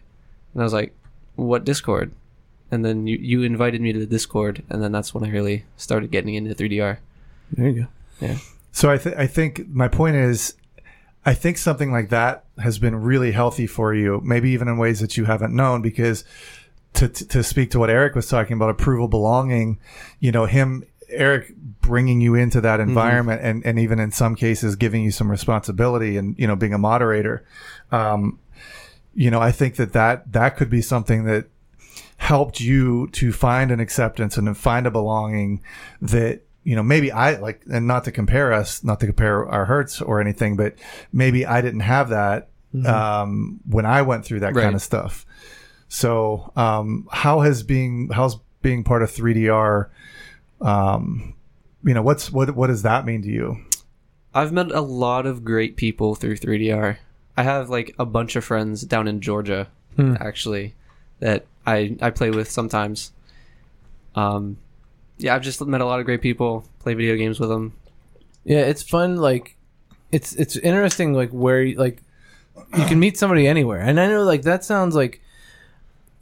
E: And I was like, "What Discord?" And then you you invited me to the Discord and then that's when I really started getting into 3DR.
D: There you go.
C: So I, th- I think my point is, I think something like that has been really healthy for you, maybe even in ways that you haven't known, because to, to, to speak to what Eric was talking about, approval, belonging, you know, him, Eric bringing you into that environment and, and even in some cases giving you some responsibility and, you know, being a moderator. Um, you know, I think that that, that could be something that helped you to find an acceptance and to find a belonging that you know maybe i like and not to compare us not to compare our hurts or anything but maybe i didn't have that um, when i went through that kind
E: Right.
C: of stuff so um, how has being how's being part of 3dr um, you know what's what what does that mean to you
E: I've met a lot of great people through 3DR. I have like a bunch of friends down in Georgia,
D: Hmm.
E: actually, that I I play with sometimes. Um, yeah, I've just met a lot of great people. Play video games with them.
D: Yeah, it's fun. Like, it's it's interesting. Like where you- like you can meet somebody anywhere, and I know like that sounds like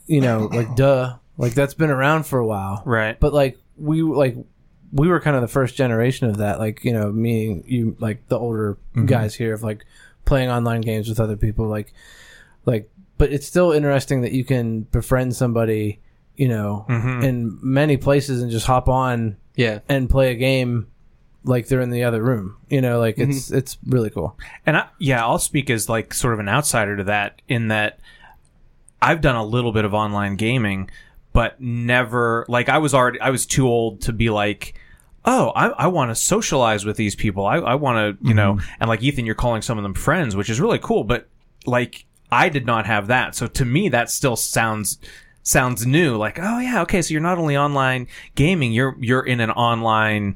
D: you know like duh, like that's been around for a while,
B: Right.
D: but like we like we were kind of the first generation of that like you know me you like the older guys here of like playing online games with other people like like but it's still interesting that you can befriend somebody you know
B: Mm-hmm.
D: in many places and just hop on
E: Yeah,
D: and play a game like they're in the other room you know like it's it's really cool
B: And I, yeah, I'll speak as like sort of an outsider to that in that I've done a little bit of online gaming, but never like I was already I was too old to be like, oh, I, I want to socialize with these people. I, I want to you know, and like Ethan, you're calling some of them friends, which is really cool. But like I did not have that, so to me that still sounds sounds new. Like oh yeah, okay, so you're not only online gaming, you're you're in an online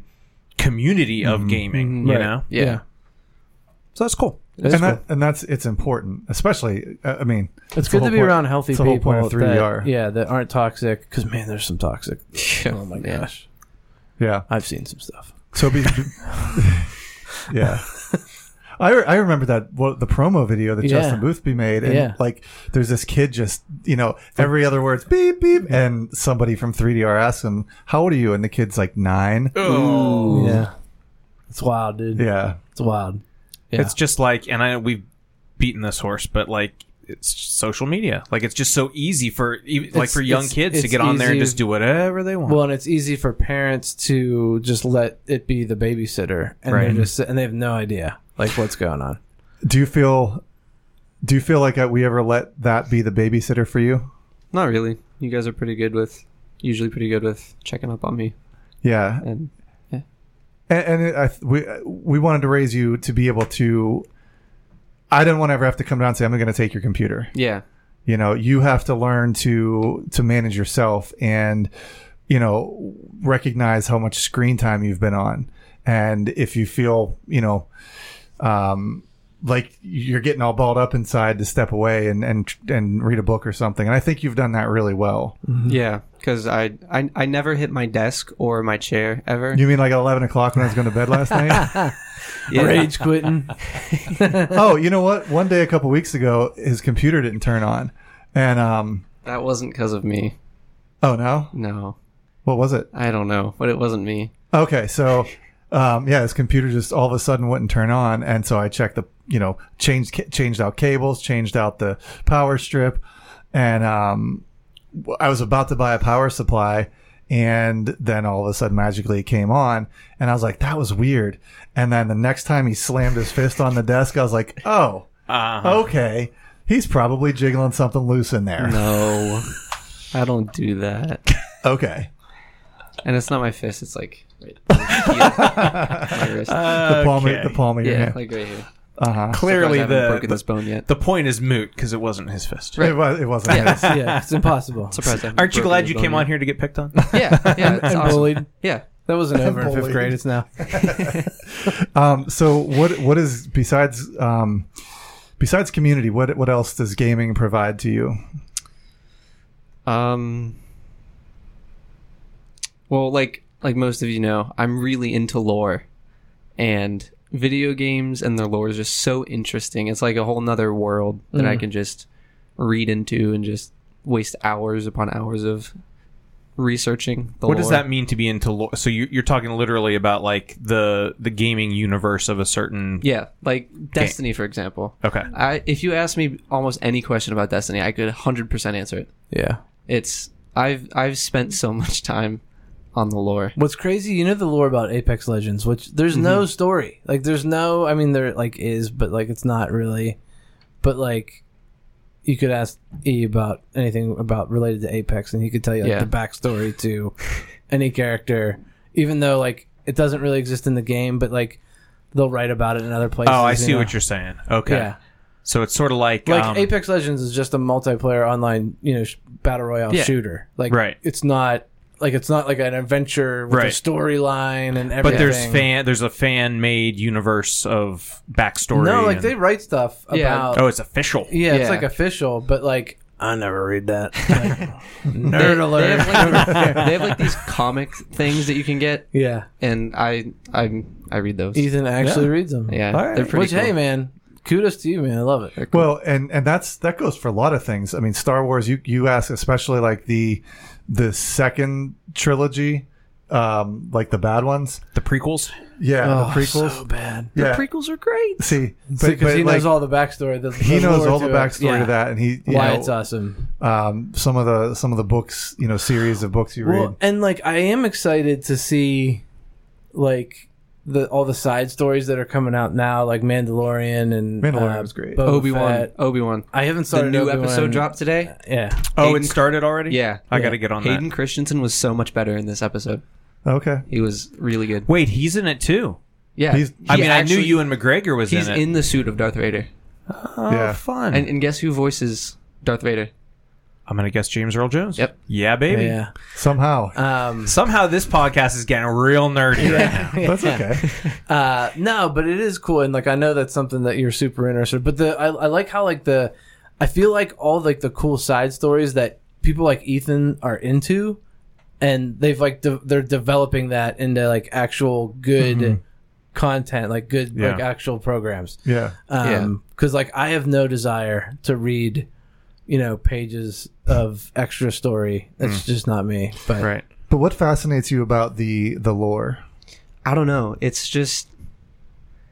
B: community of gaming, you
D: Right.
B: know.
E: yeah,
B: So that's cool.
D: it's,
C: and
D: cool.
C: that and that's it's important especially uh, i mean
D: it's
C: the
D: good
C: whole
D: to be
C: point-
D: around healthy
C: it's the
D: people
C: whole point of E 3DR.
D: That, yeah that aren't toxic because man there's some toxic oh my
E: Yeah.
D: gosh
C: yeah
D: i've seen some stuff
C: So be, yeah. I, I remember that well, the promo video that
D: Yeah.
C: Justin Boothby made, and
D: Yeah.
C: like there's this kid just you know every other word's beep beep, and somebody from 3DR asks him, "How old are you?" and the kid's like nine.
D: Yeah. It's wild, dude.
C: Yeah,
D: It's wild. Yeah.
B: It's just like, and I know we've beaten this horse, but like it's social media. Like it's just so easy for even like
D: It's-
B: for young
D: it's-
B: kids to
D: it's
B: get on there and
D: easy.
B: just do whatever they want.
D: Well, and it's easy for parents to just let it be the babysitter and
B: Right.
D: they just and they have no idea like what's going on.
C: do you feel do you feel like that we ever let that be the babysitter for you?
E: Not really. You guys are pretty good with, usually pretty good with checking up on me.
C: Yeah,
E: And
C: and, and it, I, th- we we wanted to raise you to be able to. I didn't want to ever have to come down and say, "I'm going to take your computer."
E: yeah,
C: you know you have to learn to to manage yourself and you know recognize how much screen time you've been on and if you feel you know um like you're getting all balled up inside to step away and and and read a book or something. And I think you've done that really well.
D: Mm-hmm.
E: Yeah, because I, I I never hit my desk or my chair ever.
C: You mean like at eleven o'clock when I was going to bed last night?
E: Yeah.
D: Rage quitting.
C: oh, you know what? One day a couple weeks ago, his computer didn't turn on, and um,
E: That wasn't because of me.
C: oh no,
E: No,
C: what was it?
E: I don't know, but it wasn't me.
C: Okay, so um, yeah, his computer just all of a sudden wouldn't turn on, and so I checked the you know changed ca- changed out cables, changed out the power strip, and um, w- I was about to buy a power supply, and then all of a sudden magically it came on, and I was like that was weird, and then the next time he slammed his fist on the desk, I was like oh
B: Uh,
C: okay. He's probably jiggling something loose in there.
E: No, I don't do that.
C: Okay.
E: And it's not my fist. It's like right here. my wrist.
C: The palm, of- the palm of your
E: yeah,
C: hand.
E: like right here.
C: uh-huh.
B: Clearly,
E: Surprised I haven't
B: the,
E: broken
B: the
E: this bone yet.
B: the point is moot because it wasn't his fist.
C: It, was, it wasn't his.
D: yeah, it's impossible.
E: Surprised I haven't
B: Aren't you
E: broken
B: glad
E: this
B: you
E: bone
B: came
E: yet.
B: on here to get picked on?
E: Yeah, yeah, it's
D: And
E: awesome.
D: bullied.
E: Yeah,
D: That wasn't over in fifth
C: Bullied.
D: grade. It's now.
C: Um, so what what is besides um, besides community? What what else does gaming provide to you?
E: Um. Well, like like most of you know, I'm really into lore, and video games and their lore is just so interesting. It's like a whole nother world that
B: Mm.
E: I can just read into and just waste hours upon hours of researching. The
B: What does
E: lore.
B: that mean to be into lore? So you, you're talking literally about like the the gaming universe of a certain.
E: Yeah, like Destiny, for example.
B: Okay.
E: I, if you ask me almost any question about Destiny, I could 100% answer it.
D: Yeah.
E: It's I've I've spent so much time on the lore.
D: What's crazy, you know the lore about Apex Legends, which there's
B: Mm-hmm.
D: no story. Like there's no I mean there like is, but like it's not really but like you could ask E about anything about related to Apex and he could tell you like
E: Yeah.
D: the backstory to any character, even though like it doesn't really exist in the game, but like they'll write about it in other places.
B: Oh, I
D: you
B: see
D: know?
B: what you're saying. Okay.
D: Yeah.
B: So it's sort of like
D: Like
B: um,
D: Apex Legends is just a multiplayer online, you know, sh- battle royale
E: Yeah.
D: shooter. Like
B: Right.
D: it's not like it's not like an adventure with a
B: Right.
D: storyline and everything.
B: but there's fan there's a fan made universe of backstory.
D: No, like
B: and-
D: they write stuff about.
E: Yeah.
D: Yeah,
B: Oh, it's official.
D: it's
E: Yeah.
D: like official, but like I never read that. Like, nerd
E: they, They
D: alert.
E: have, like, they have like these comic things that you can get,
D: yeah,
E: and I I I read those.
D: Ethan actually reads them.
E: Yeah,
C: All right.
E: they're pretty
D: which hey
E: cool.
D: man, kudos to you man. I love it.
E: They're cool.
C: Well, and and that's that goes for a lot of things. I mean, Star Wars. You you ask especially like the the second trilogy, um, like the bad ones.
B: The prequels.
C: Yeah,
D: Oh,
C: the prequels.
D: so bad.
C: yeah,
E: prequels are great.
C: see, but,
D: Because
C: but,
D: he
C: like,
D: knows all the backstory. The,
C: he
D: the
C: knows
D: lore
C: all the
D: to it.
C: backstory
D: Yeah.
C: to that, and he you
D: Why
C: know,
D: it's uh, awesome.
C: um, some of the some of the books, you know, series of books you read.
D: Well, and like I am excited to see, like the all the side stories that are coming out now, like Mandalorian and
C: Mandalorian
D: uh,
C: was great.
D: Boba
E: Obi Wan,
D: Fett.
E: Obi Wan.
D: I haven't
E: The
D: started
E: new
D: Obi-Wan.
E: episode dropped today.
D: Yeah,
B: Oh,
E: Hayden-
B: it started already.
E: Yeah.
B: I got to get on
E: Hayden
B: that.
E: Christensen was so much better in this episode.
C: Okay,
E: He was really good.
B: Wait, he's in it too.
E: Yeah,
C: He's-
B: I
E: He
B: mean, I
E: actually-
B: knew Ewan McGregor was
E: He's
B: in
E: in,
B: it.
E: the suit of Darth Vader,
B: oh,
C: Yeah.
B: fun.
E: and, and guess who voices Darth Vader?
B: I'm gonna guess James Earl Jones.
E: Yep.
B: Yeah, baby.
D: yeah.
C: somehow
D: Um,
B: Somehow this podcast is getting real nerdy right now.
C: that's okay.
D: uh, no, but it is cool, and like I know that's something that you're super interested. But the I, I like how like the I feel like all like the cool side stories that people like Ethan are into, and they've like de- they're developing that into like actual good
C: Mm-hmm.
D: content, like good like
B: Yeah.
D: actual programs.
C: Yeah.
D: Um 'cause because like I have no desire to read, you know, pages of extra story. That's
C: Mm.
D: just not me. But
C: But what fascinates you about the the lore?
E: I don't know. It's just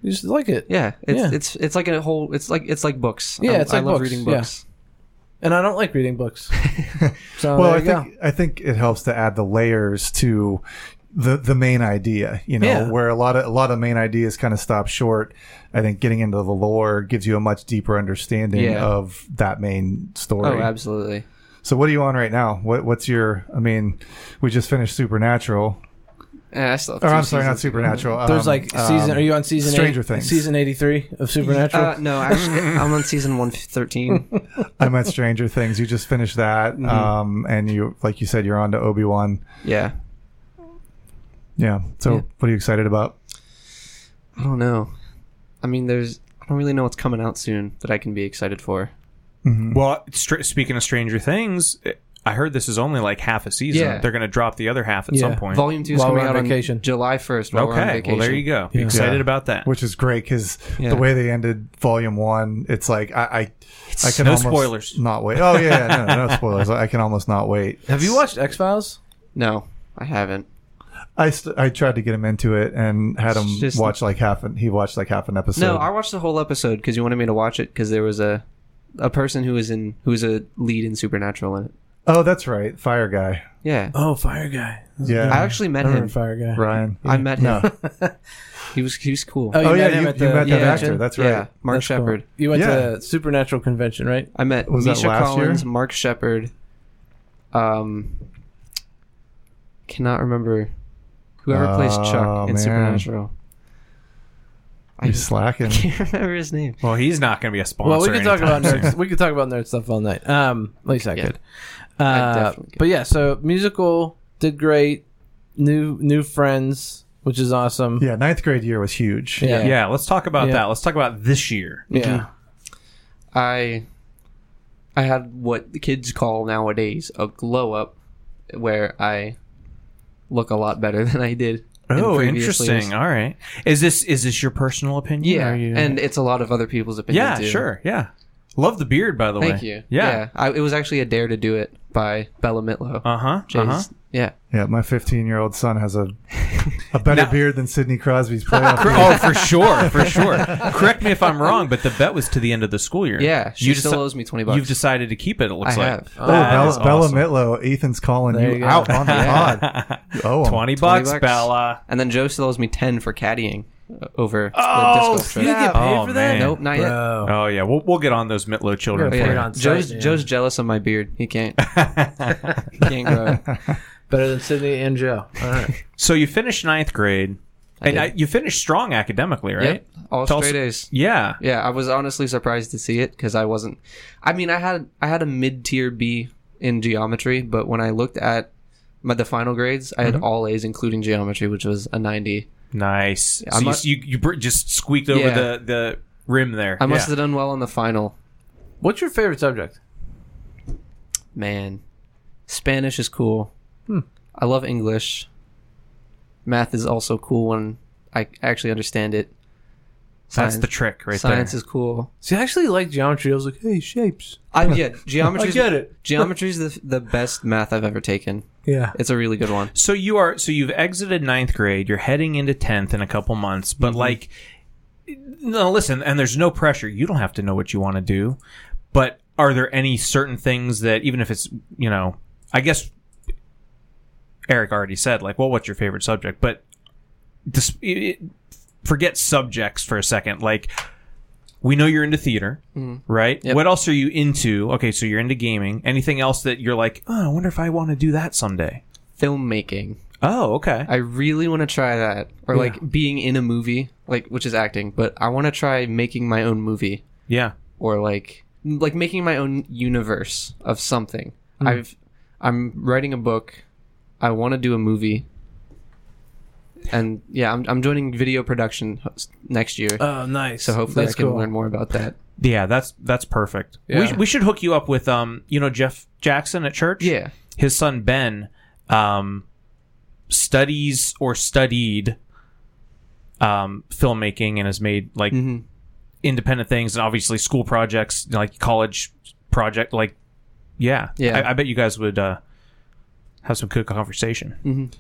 D: you just like it.
E: yeah. It's
D: Yeah.
E: it's it's like a whole. It's like it's like books.
D: Yeah,
E: I,
D: it's
E: I
D: like
E: love
D: books,
E: reading
D: yeah.
E: books.
D: and I don't like reading books. So
C: Well,
D: Oh, there
C: I
D: you go.
C: think I think it helps to add the layers to the the main idea. You know,
D: Yeah.
C: where a lot of a lot of main ideas kind of stop short. I think getting into the lore gives you a much deeper understanding
E: Yeah.
C: of that main story.
E: Oh, absolutely.
C: so, what are you on right now? What what's your? I mean, we just finished Supernatural.
E: Eh, I still have
C: Or
E: two
C: I'm sorry, not
E: seasons.
C: Supernatural.
D: There's
C: um,
D: like season.
C: um,
D: are you on season
C: Stranger
D: eight,
C: Things.
D: Season eighty three of Supernatural.
E: Uh, no, actually, I'm on season 113.
C: I'm at Stranger Things. You just finished that,
D: Mm-hmm.
C: um, and you like you said, you're on to Obi Wan.
E: Yeah.
C: Yeah. So,
E: Yeah.
C: what are you excited about?
E: Oh, I don't know. I mean, there's. I don't really know what's coming out soon that I can be excited for.
B: Well, str- speaking of Stranger Things, it- I heard this is only like half a season.
E: Yeah.
B: They're going to drop the other half at some
D: Yeah.
B: point.
E: Volume two is
D: While
E: coming
D: we're on
E: out
D: vacation.
E: on July first. While we're on
B: okay,
E: vacation.
B: well there you go. Be
D: Yeah.
B: Excited
C: Yeah.
B: about that.
C: which is great because
E: Yeah.
C: the way they ended Volume One, it's like I, I, I can
B: no
C: almost
B: spoilers.
C: not wait. Oh yeah, yeah, no, no spoilers. I can almost not wait.
D: Have you watched X Files?
E: No, I haven't.
C: I, st- I tried to get him into it and had him
E: It's just-
C: watch like half an he watched like half an episode.
E: No, I watched the whole episode because you wanted me to watch it because there was a a person who was in who was a lead in Supernatural in it.
C: oh, that's right, Fire Guy.
E: Yeah,
D: Oh, Fire Guy.
C: Yeah,
E: I actually
D: I
E: met
D: remember
E: him.
D: Fire Guy.
C: Ryan.
E: I met him.
C: No.
E: he was he was cool.
D: you
C: Oh, yeah,
D: met him
C: you-
D: at
C: you
D: the
C: met that
D: convention?
C: actor, that's
E: yeah,
C: right.
E: Mark
D: That's cool.
E: Shepard.
D: You went
C: Yeah.
D: to Supernatural Convention, right?
E: I met
C: Was that
E: Misha
C: last year?
E: Collins, Mark Shepard. Um, cannot remember whoever plays
C: Oh,
E: Chuck in
C: man.
E: Supernatural. I
C: You're
E: just
C: slacking.
E: can't remember his name.
B: Well, he's not going to be a sponsor.
D: Well, we could talk about
B: anytime
D: nerd.
B: soon.
D: we could talk about nerd stuff all night. Um, at least I
E: Yeah.
D: could.
E: I
D: Uh,
E: definitely could.
D: but yeah, so musical did great. New new friends, which is awesome.
C: Yeah, ninth grade year was huge.
D: Yeah.
B: Yeah, let's talk about
D: Yeah.
B: that. Let's talk about this year.
D: Yeah.
E: I I had what the kids call nowadays a glow up, where I look a lot better than I did. in
B: Oh,
E: previous
B: interesting.
E: years.
B: All right. Is this is this your personal opinion?
E: Yeah,
B: Are you-
E: and it's a lot of other people's opinion.
B: yeah,
E: too.
B: sure. Yeah. Love the beard, by the way.
E: Thank you.
B: Yeah.
E: I, it was actually a dare to do it by Bella Mitlow.
B: Uh huh. Uh
E: Jay's-
B: huh.
E: Yeah.
C: Yeah, my 15 year old son has a a better beard than Sidney Crosby's playoff. beard.
B: Oh, for sure, for sure. Correct me if I'm wrong, but the bet was to the end of the school year.
E: Yeah, she
B: you
E: still
B: deci-
E: owes me 20 bucks.
B: You've decided to keep it. It looks
E: I
B: like.
E: have.
C: Oh,
B: That
C: Bella,
B: is
C: Bella
B: awesome.
C: Mitlow, Ethan's calling
D: There
C: you,
D: you go.
C: out on the pod. Oh,
B: Twenty bucks,
E: bucks.
B: Bella.
E: And then Joe still owes me 10 for caddying uh, over
B: Oh,
E: the disco trip.
D: You get paid
B: Oh,
D: for that?
B: man.
E: Nope, not yet. Oh,
D: Bro.
B: Oh yeah, we'll we'll get on those Mitlow children.
D: Yeah.
E: Yeah.
B: for
D: Put it on
E: Joe's,
D: site, yeah.
E: Joe's jealous of my beard. He can't. he can't grow. it.
D: Better than Sydney and Joe. All right.
B: So you finished ninth grade, and
E: did.
B: I, you finished strong academically, right?
E: Yep, all
B: Tell us-
E: straight A's.
B: Yeah.
E: Yeah, I was honestly surprised to see it because I wasn't. I mean, I had I had a mid tier B in geometry, but when I looked at my the final grades, I had
B: Mm-hmm.
E: all A's, including geometry, which was a ninety.
B: Nice. So
E: I'm
B: you,
E: not-
B: you you br- just squeaked over
E: Yeah.
B: the the rim there.
E: I must
B: Yeah.
E: have done well on the final.
D: What's your favorite subject?
E: Man, Spanish is cool.
B: Hmm.
E: I love English. Math is also cool when I actually understand it.
B: That's
E: Science-
B: the trick, right
E: Science
B: there.
E: is cool.
D: See, I actually like geometry. I was like, hey, shapes.
E: I, yeah, geometry.
D: I get it.
E: Geometry is the the best math I've ever taken.
D: Yeah.
E: It's a really good one.
B: so you are so you've exited ninth grade. You're heading into tenth in a couple months, but like, no, listen. And there's no pressure. You don't have to know what you want to do. But are there any certain things that even if it's you know, I guess Eric already said like, well, what's your favorite subject? But dis- it, it- forget subjects for a second. Like, we know you're into theater, right?
E: Yep.
B: What else are you into? Okay, so you're into gaming. Anything else that you're like, oh, I wonder if I want to do that someday?
E: Filmmaking.
B: Oh, okay.
E: I really want to try that, or like being in a movie, like which is acting. But I want to try making my own movie,
B: yeah.
E: or like like making my own universe of something.
D: Hmm.
E: I've I'm writing a book. I want to do a movie. And yeah, I'm I'm joining video production h- next year,
D: Oh, nice.
E: so hopefully I
D: That's
E: can
D: cool.
E: learn more about that.
B: Yeah, that's that's perfect.
D: Yeah.
B: We, we should hook you up with um, you know Jeff Jackson at church.
E: Yeah.
B: his son Ben, um, studies or studied, um, filmmaking and has made like
D: Mm-hmm.
E: Mhm.
B: independent things and obviously school projects like college project like, yeah,
E: Yeah.
B: I, I bet you guys would uh, have some good conversation.
D: Mm,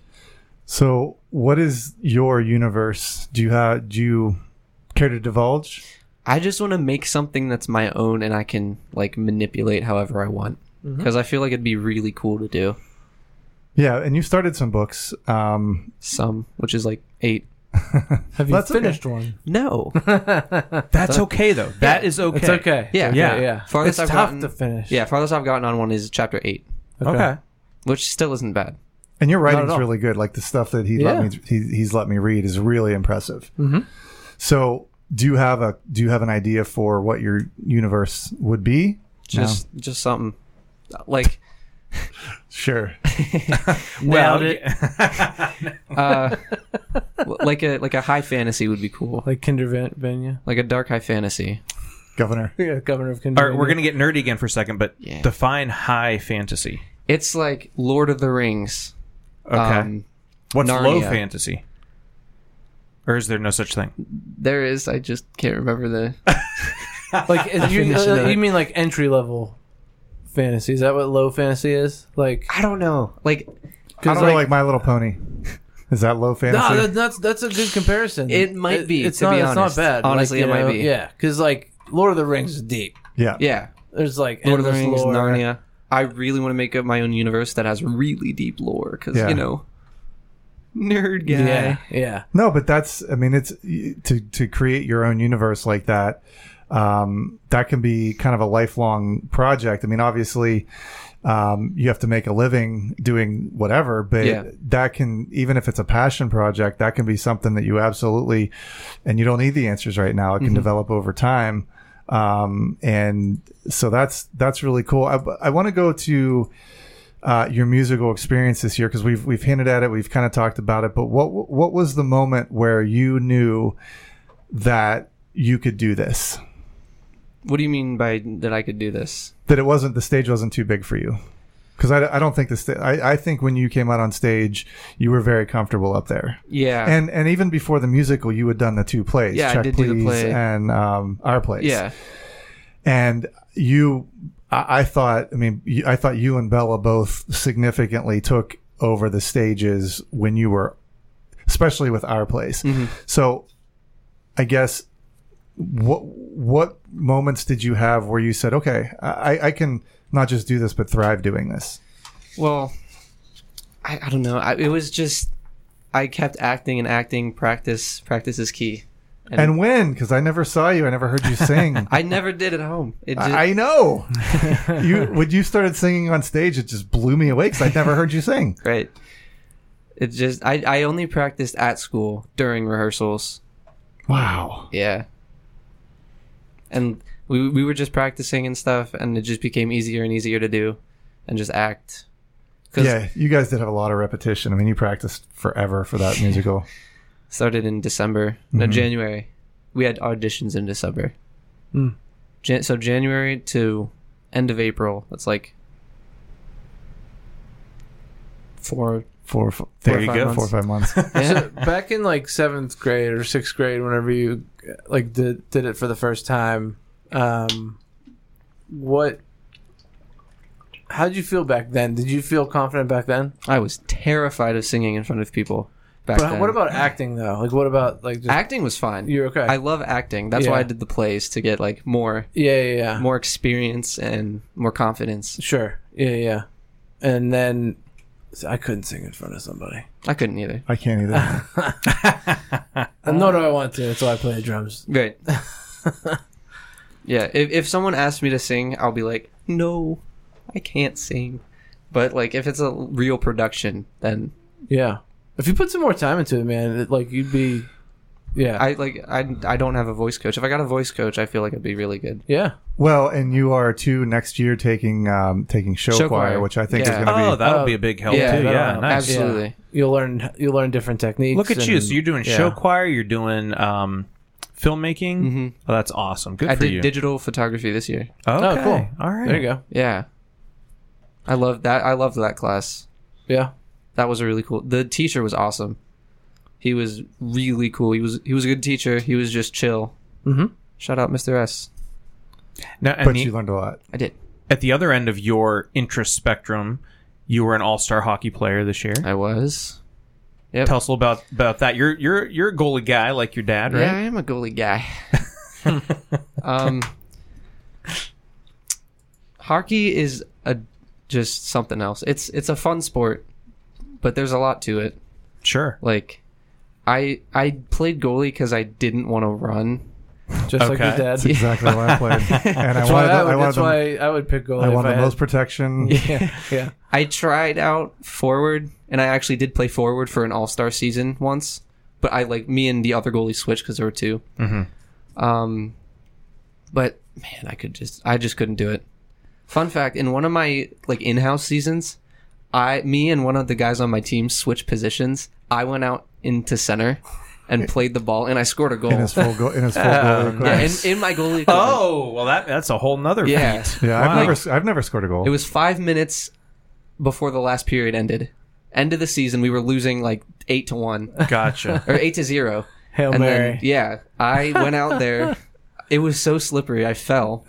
C: So, what is your universe? Do you have? Do you care to divulge?
E: I just want to make something that's my own and I can like manipulate however I want
D: Mm-hmm.
E: because I feel like it'd be really cool to do
C: Yeah, and you started some books. Um,
E: some, which is like eight.
D: Have you
C: That's okay.
D: finished one?
E: No,
B: That's okay though. That is okay.
D: It's okay.
E: Yeah.
D: It's okay,
B: Yeah.
D: yeah.
E: Farthest
D: it's
E: I've
D: tough
E: gotten-
D: to finish.
E: Yeah, farthest I've gotten on one is chapter eight,
B: Okay.
E: which still isn't bad.
C: and your
D: Not at
C: writing's
D: all.
C: really good. Like the stuff that he let
D: Yeah. Mm-hmm.
C: me, he, he's let me read is really impressive. So, do you have a do you have an idea for what your universe would be?
E: Just just something like
C: Sure.
D: Nailed
B: Well,
D: it.
E: Uh, l- like a like a high fantasy would be cool.
D: Like Kinder Ven- Venya.
E: Like a dark high fantasy.
C: Governor.
D: Yeah, governor of Kinder.
B: All right, we're
D: Venya.
B: gonna get nerdy again for a second, but
E: Yeah.
B: define high fantasy.
E: It's like Lord of the Rings.
B: Okay,
E: Um,
B: what's low
E: Narnia.
B: fantasy? Or is there no such thing?
E: there is. I just can't remember the.
D: like uh, you,
E: Definition of
D: uh,
E: it.
D: you mean like entry level fantasy? Is that what low fantasy is? Like
E: I don't know. Like
C: I
D: 'cause,
C: don't really like My Little Pony. Is that low fantasy?
D: No, that, that's that's a good comparison.
E: It might be,
D: It's
E: to
D: not.
E: be
D: it's
E: honest.
D: not bad.
E: Honestly,
D: Like,
E: it
D: you
E: might
D: know,
E: be.
D: Yeah, because like Lord of the Rings is deep.
C: yeah.
E: yeah,
D: There's like
E: Lord of the
D: endless
E: Rings,
D: lore.
E: Narnia. I really want to make up my own universe that has really deep lore because
C: Yeah.
E: you know, nerd guy.
D: Yeah, yeah.
C: No, but that's I mean it's to to create your own universe like that. Um, that can be kind of a lifelong project. I mean, obviously, um, you have to make a living doing whatever, but
E: Yeah.
C: that can even if it's a passion project, that can be something that you absolutely and you don't need the answers right now. It can develop over time, um, and so that's that's really cool. I, I want to go to uh, your musical experience this year because we've we've hinted at it, we've kind of talked about it. But what what was the moment where you knew that you could do this?
E: What do you mean by that? I could do this?
C: That it wasn't the stage wasn't too big for you? Because I, I don't think the sta- I, I think when you came out on stage, you were very comfortable up there.
E: Yeah.
C: And and even before the musical, you had done the two plays,
E: Yeah, I
C: Check
E: did
C: Please
E: do the play.
C: and um, Our Place.
E: yeah.
C: and you I, I thought i mean you- i thought you and bella both significantly took over the stages when you were especially with our place so i guess what what moments did you have where you said okay i i can not just do this but thrive doing this
E: Well, I, I don't know. I, it was just I kept acting and acting. Practice practice is key.
C: and when because i never saw you i never heard you sing
E: I never did at home. It just,
C: I I know. you when you started singing on stage, it just blew me away because I'd never heard you sing.
E: right. It just I I only practiced at school during rehearsals.
C: Wow.
E: Yeah. And we we were just practicing and stuff, and it just became easier and easier to do, and just act. 'Cause
C: Yeah, you guys did have a lot of repetition. I mean, you practiced forever for that musical.
E: started in December,
C: Mm-hmm.
E: no January. We had auditions in December.
D: Hmm.
E: Jan- so January to end of April. That's like four.
C: Four, f-
B: There
C: four or
B: you
C: five
B: go.
C: months- Four or five months.
E: Yeah.
D: Back in like seventh grade or sixth grade, whenever you uh, like did did it for the first time, um, what? How did you feel back then? Did you feel confident back then?
E: I was terrified of singing in front of people back
D: But
E: then.
D: what about acting though? Like what about like just,
E: acting? Was fine.
D: you're okay?
E: I love acting. That's why
D: Yeah.
E: I did the plays to get like more
D: yeah, yeah, yeah.
E: more experience and more confidence.
D: Sure. Yeah, yeah. And then so I couldn't sing in front of somebody.
E: I couldn't either.
C: I can't either.
D: And nor do I want to until I play the drums.
E: Right. yeah. If if someone asks me to sing, I'll be like, no, I can't sing. But like, if it's a real production, then
D: Yeah. If you put some more time into it, man, it, like you'd be, yeah,
E: I like I I don't have a voice coach. If I got a voice coach, I feel like it'd be really good.
D: yeah.
C: well, and you are too next year taking um, taking show,
E: Show
C: choir,
E: choir.
C: which I think
E: Yeah.
C: is going to
B: Oh,
C: be.
B: that would
D: Oh,
B: be a big help
E: yeah,
B: too.
E: that'll
B: Yeah,
D: help.
B: nice.
D: Yeah.
E: Absolutely.
D: You'll learn you learn different techniques.
B: Look at you.
D: and-
B: So you're doing
D: yeah.
B: show choir. You're doing um, filmmaking.
E: Mhm.
B: Oh, that's awesome. Good
E: I
B: for
E: did
B: you.
E: digital photography this year.
B: okay.
D: Oh, cool.
B: All right.
D: There you go.
E: Yeah. I love that. I loved that class.
D: Yeah.
E: That was really cool. The teacher was awesome. He was really cool. He was he was a good teacher. He was just chill.
D: Mhm.
E: Shout out Mr. S.
B: Now, and
C: But
B: the-
C: you learned a lot.
E: I did.
B: at the other end of your interest spectrum, you were an all-star hockey player this year.
E: I was.
B: Tell us a little about about that. You're you're you're a goalie guy like your dad,
E: Yeah, I
B: right?
E: am a goalie guy. um, hockey is a just something else. It's it's a fun sport, but there's a lot to it.
B: Sure.
E: Like, I I played goalie because I didn't want to run.
D: Just like
B: Okay.
D: your dad.
C: That's exactly why I played, and I
D: That's why
C: wanted.
D: I
C: the-
D: would,
C: I wanted
D: that's
C: the,
D: why I would pick goalie.
C: I
D: if
C: wanted the
D: had-
C: most protection.
D: Yeah. Yeah.
E: I tried out forward, and I actually did play forward for an All Star season once. But I like me and the other goalie switched because there were 2
C: Mm-hmm.
E: Um, but man, I could just I just couldn't do it. Fun fact: in one of my like in house seasons, I, me, and one of the guys on my team switched positions. I went out into center and played the ball, and I scored a goal.
C: in his full goal in his full goal.
E: yeah, in, in my goalie. equipment.
B: Oh, well, that that's a whole nother
E: yeah.
B: feat.
C: Yeah,
B: Wow.
C: I've never I've never scored a goal.
E: It was five minutes before the last period ended. End of the season, we were losing like eight to one
B: Gotcha.
E: or eight to zero.
D: Hail
E: and
D: Oh, Mary.
E: then yeah, I went out there. It was so slippery, I fell,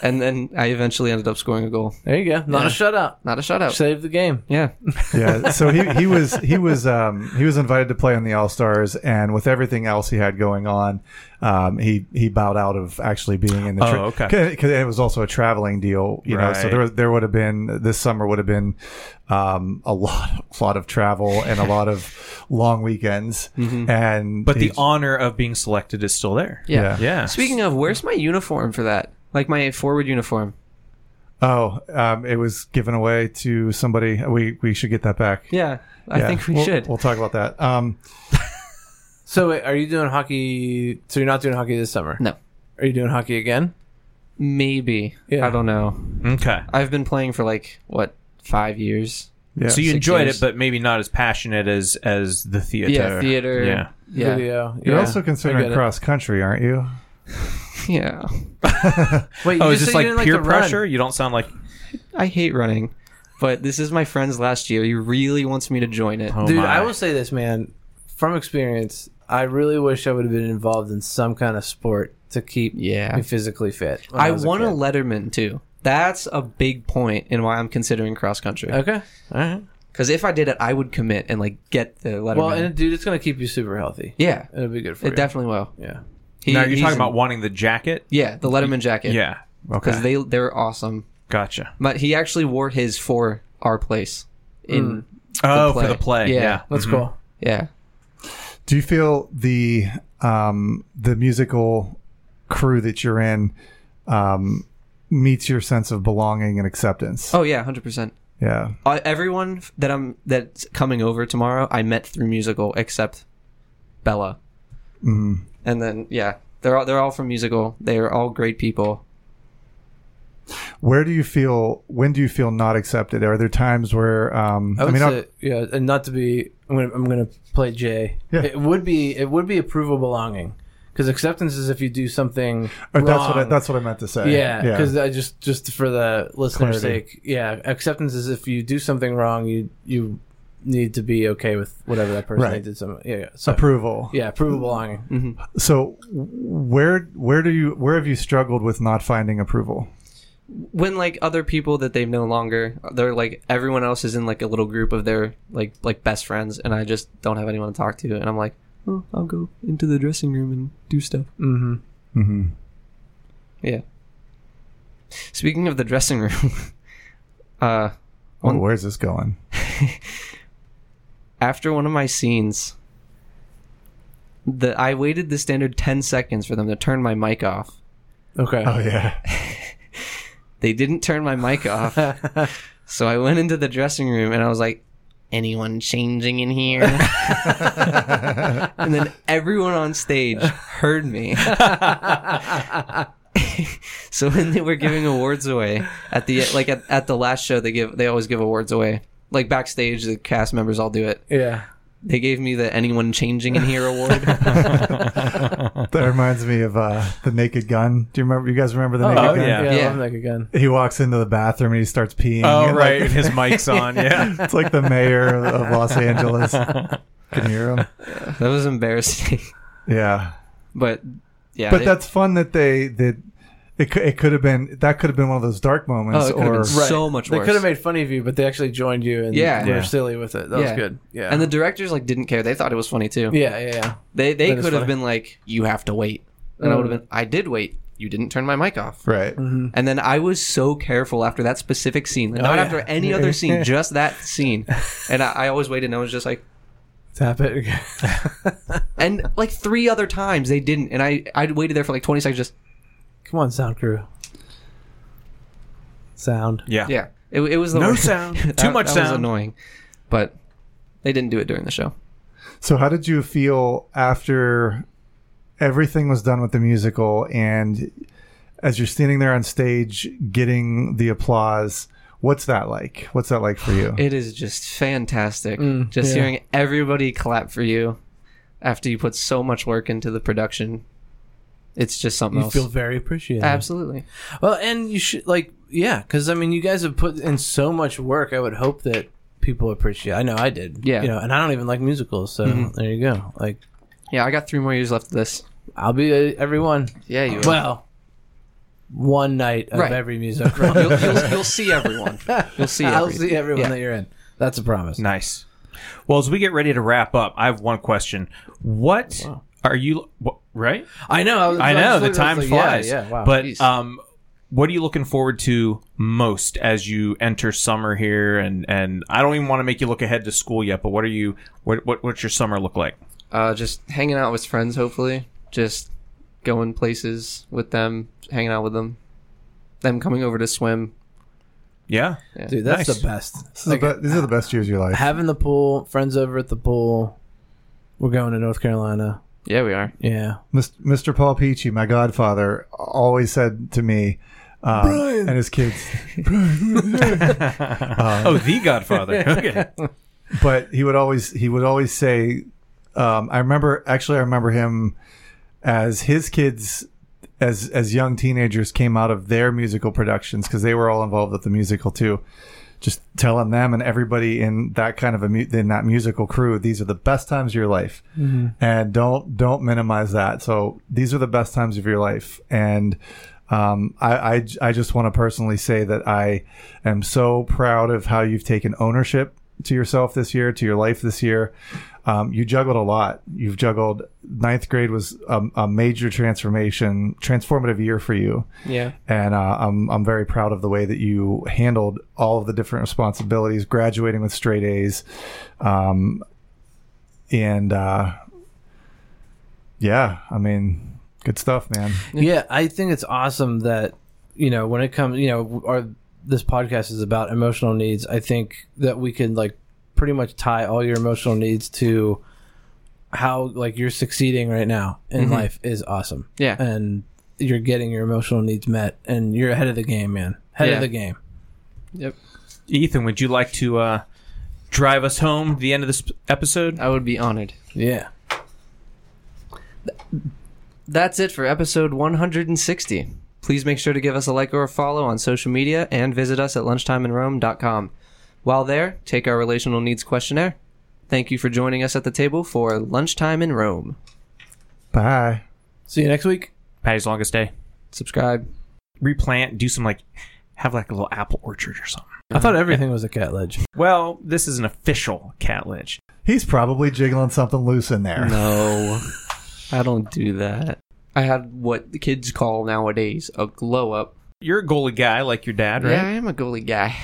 E: and then I eventually ended up scoring a goal.
D: There you go. Not a shutout.
E: Not a shutout.
D: Save the game.
E: yeah,
C: yeah, so he, he was he was um, he was invited to play in the All Stars, and with everything else he had going on, um, he he bowed out of actually being in the.
B: Oh, okay.
C: Because it was also a traveling deal, you know. So
B: Right.
C: there was- there would have been this summer would have been um, a lot a lot of travel and a lot of long weekends, and
B: But the
C: he-
B: honor of being selected is still there.
E: yeah,
C: Yeah.
B: Yeah.
E: Speaking of, where's my uniform for that? Like my forward uniform.
C: oh um, it was given away to somebody. We we should get that back.
E: Yeah, I
C: Yeah,
E: think we
C: we'll-
E: should.
C: We'll talk about that. Um,
D: So wait, are you doing hockey? So you're not doing hockey this summer?
E: No.
D: Are you doing hockey again?
E: Maybe.
D: Yeah.
E: I don't know.
B: okay.
E: I've been playing for like what five years.
C: yeah.
B: so you
E: six
B: enjoyed
E: years.
B: it, but maybe not as passionate as as the theater.
E: Yeah, theater.
B: Yeah.
E: Yeah.
D: Video.
C: you're
D: Yeah.
C: also
D: I get
C: considering
D: it.
C: cross country, aren't you?
E: Yeah.
D: Wait, you
B: Oh, is this
D: just said
B: like
D: you didn't
B: peer
D: to run.
B: pressure? You don't sound like
E: I hate running, but this is my friend's last year. He really wants me to join it.
B: oh
D: Dude,
B: my.
D: I will say this, man. From experience, I really wish I would have been involved in some kind of sport to keep
E: Yeah.
D: me physically fit. when
E: I
D: was a
E: won a
D: kid.
E: Letterman too. That's a big point in why I'm considering cross country.
D: Okay. All right.
E: Because if I did it, I would commit and like get the Letterman.
D: Well, and dude, it's gonna keep you super healthy.
E: yeah,
D: It'll be good for
E: it
D: you.
E: definitely will.
D: yeah.
E: He-
B: now you're
E: he's
B: talking
E: in-
B: about wanting the jacket.
E: E yeah the Letterman jacket.
B: Yeah.
E: because
B: Okay.
E: they they're awesome.
B: gotcha.
E: But he actually wore his for our place in
B: Oh,
E: play.
B: for the play.
E: Yeah.
B: Yeah.
D: That's
C: Mm-hmm.
D: cool.
E: yeah.
C: Do you feel the um, the musical crew that you're in um, meets your sense of belonging and acceptance?
E: Oh yeah, hundred percent.
C: Yeah,
E: Uh, everyone f- that I'm that's coming over tomorrow, I met through musical, except Bella.
C: Mhm.
E: And then yeah, they're all they're all from musical. They are all great people.
C: Where do you feel? When do you feel not accepted? Are there times where um,
D: I,
C: I,
D: would
C: mean, I'll-
D: say, yeah, and not to be, I'm gonna, I'm gonna play Jay.
C: Yeah.
D: It would be, it would be approval belonging, because acceptance is if you do something.
C: or that's what I,
D: wrong.
C: that's what I meant to say.
D: yeah, because
C: yeah,
D: I just, just for the listener's
C: Clarity.
D: sake, yeah, acceptance is if you do something wrong, you, you need to be okay with whatever that person
C: Right. Mm-hmm.
D: did. Something, yeah, yeah. So,
C: approval.
D: yeah, approval belonging.
C: So where where do you where have you struggled with not finding approval?
E: When like other people that they've no longer, they're like everyone else is in like a little group of their like like best friends, and I just don't have anyone to talk to, and I'm like, oh, I'll go into the dressing room and do stuff.
D: Mm-hmm.
C: Mm-hmm.
E: Yeah. Speaking of the dressing room, uh,
C: Oh,
E: One-
C: where's this going?
E: after one of my scenes, the I waited the standard ten seconds for them to turn my mic off.
D: Okay.
C: Oh yeah,
E: They didn't turn my mic off, so I went into the dressing room and I was like,
A: Anyone changing in here?
E: and then everyone on stage heard me. so when they were giving awards away at the like at, at the last show, they give they always give awards away. Like backstage, the cast members all do it.
D: yeah.
E: They gave me the anyone changing in here award.
C: that reminds me of uh, the Naked Gun. Do you remember? You guys remember the Naked
B: oh,
C: Gun?
B: yeah.
D: Yeah.
E: Yeah.
D: I'm like again.
C: he walks into the bathroom and he starts peeing.
B: Oh,
C: And,
B: right.
C: like,
B: His mic's on. Yeah.
C: it's like the mayor of, of Los Angeles. Can you hear him?
E: that was embarrassing,
C: Yeah,
E: but yeah.
C: but
E: they-
C: that's fun that they that it cou- it could have been that could have been one of those dark
E: oh,
C: moments
E: it could have
C: or
E: been so much
D: They
E: worse.
D: could have made fun of you, but they actually joined you and
E: Yeah.
D: were
B: Yeah.
D: silly with it. That was
E: Yeah.
D: good. Yeah.
E: and the directors like didn't care. They thought it was funny too.
D: yeah, yeah, yeah.
E: They they
D: That is
E: could have
D: funny.
E: been like, "You have to wait," and I would have been, "I did wait. You didn't turn my mic off."
C: right.
E: And then I was so careful after that specific scene, like, not
D: yeah.
E: after any other scene, just that scene. And I, I always waited, and I was just like,
D: Tap it.
E: and like three other times they didn't, and I I waited there for like twenty seconds, just
D: Come on, sound crew. Sound.
B: Yeah.
E: yeah, it, it was the
B: No
E: worst.
B: sound.
E: That-
B: Too much
E: that was
B: sound.
E: annoying, but they didn't do it during the show.
C: So how did you feel after everything was done with the musical and as you're standing there on stage getting the applause? What's that like? What's that like for you?
E: It is just fantastic.
D: Mm,
E: just
D: yeah.
E: hearing everybody clap for you after you put so much work into the production. It's just something
D: You
E: else.
D: feel very appreciated.
E: Absolutely.
D: Well, and you should like yeah, because I mean, you guys have put in so much work. I would hope that people appreciate. I know I did.
E: Yeah. Mm-hmm.
D: you know, and I don't even like musicals, so there you go. Like
E: Yeah, I got three more years left of this.
D: I'll be uh, every one.
E: Yeah, you will.
D: Well, one night of
E: Right.
D: every musical.
E: you'll, you'll, you'll see everyone. You'll see
D: I'll
E: everyone.
D: see everyone
E: Yeah.
D: that you're in. That's a promise.
B: Nice. Well, as we get ready to wrap up, I have one question. What are you wh- right?
D: I know. I, was,
B: I
D: was
B: know the
D: looking- I
B: time
D: was like,
B: flies.
D: Yeah, yeah wow.
B: But
E: Jeez.
B: um, what are you looking forward to most as you enter summer here? And and I don't even want to make you look ahead to school yet. But what are you? What what what's your summer look like?
E: Uh, just hanging out with friends, hopefully. Just going places with them, hanging out with them. Them coming over to swim.
B: Yeah.
D: dude, that's
B: Nice.
D: the best.
C: This is the be- these are the best years of your life.
D: Having the pool, friends over at the pool. We're going to North Carolina.
E: Yeah, we are.
D: Yeah.
C: Mis- Mr. Paul Peachy, my godfather, always said to me um, and his kids,
D: Um,
B: oh, the Godfather. Okay.
C: but he would always he would always say, um, I remember actually I remember him as his kids as as young teenagers came out of their musical productions because they were all involved with the musical too. Just telling them and everybody in that kind of a mu- in that musical crew, these are the best times of your life, and don't don't minimize that. So these are the best times of your life, and um, I, I j- I just want to personally say that I am so proud of how you've taken ownership to yourself this year, to your life this year. Um, you juggled a lot. You've juggled. Ninth grade was a, a major transformation, transformative year for you,
E: Yeah.
C: and uh, I'm I'm very proud of the way that you handled all of the different responsibilities, graduating with straight A's, um, and uh, yeah, I mean, good stuff, man.
D: yeah i think it's awesome that you know when it comes you know our this podcast is about emotional needs i think that we can like pretty much tie all your emotional needs to how like you're succeeding right now in
B: Mm-hmm.
D: life is awesome
E: Yeah.
D: and you're getting your emotional needs met and you're ahead of the game man ahead
E: Yeah.
D: of the game
B: Ethan, would you like to uh, drive us home to the end of this episode?
E: I would be honored.
D: yeah
E: That's it for episode 160. Please make sure to give us a like or a follow on social media and visit us at lunchtimeinrome.com. While there, take our relational needs questionnaire. Thank you for joining us at the table for Lunchtime in Rome.
C: Bye.
D: see you next week
B: Patty's longest day.
E: Subscribe.
B: Replant. Do some like have like a little apple orchard or something.
D: i thought everything was a cat ledge
B: Well, this is an official cat ledge.
C: He's probably jiggling something loose in there.
E: No, I don't do that. I had what the kids call nowadays a glow up.
B: You're a goalie guy like your dad, right?
E: Yeah, I am a goalie guy.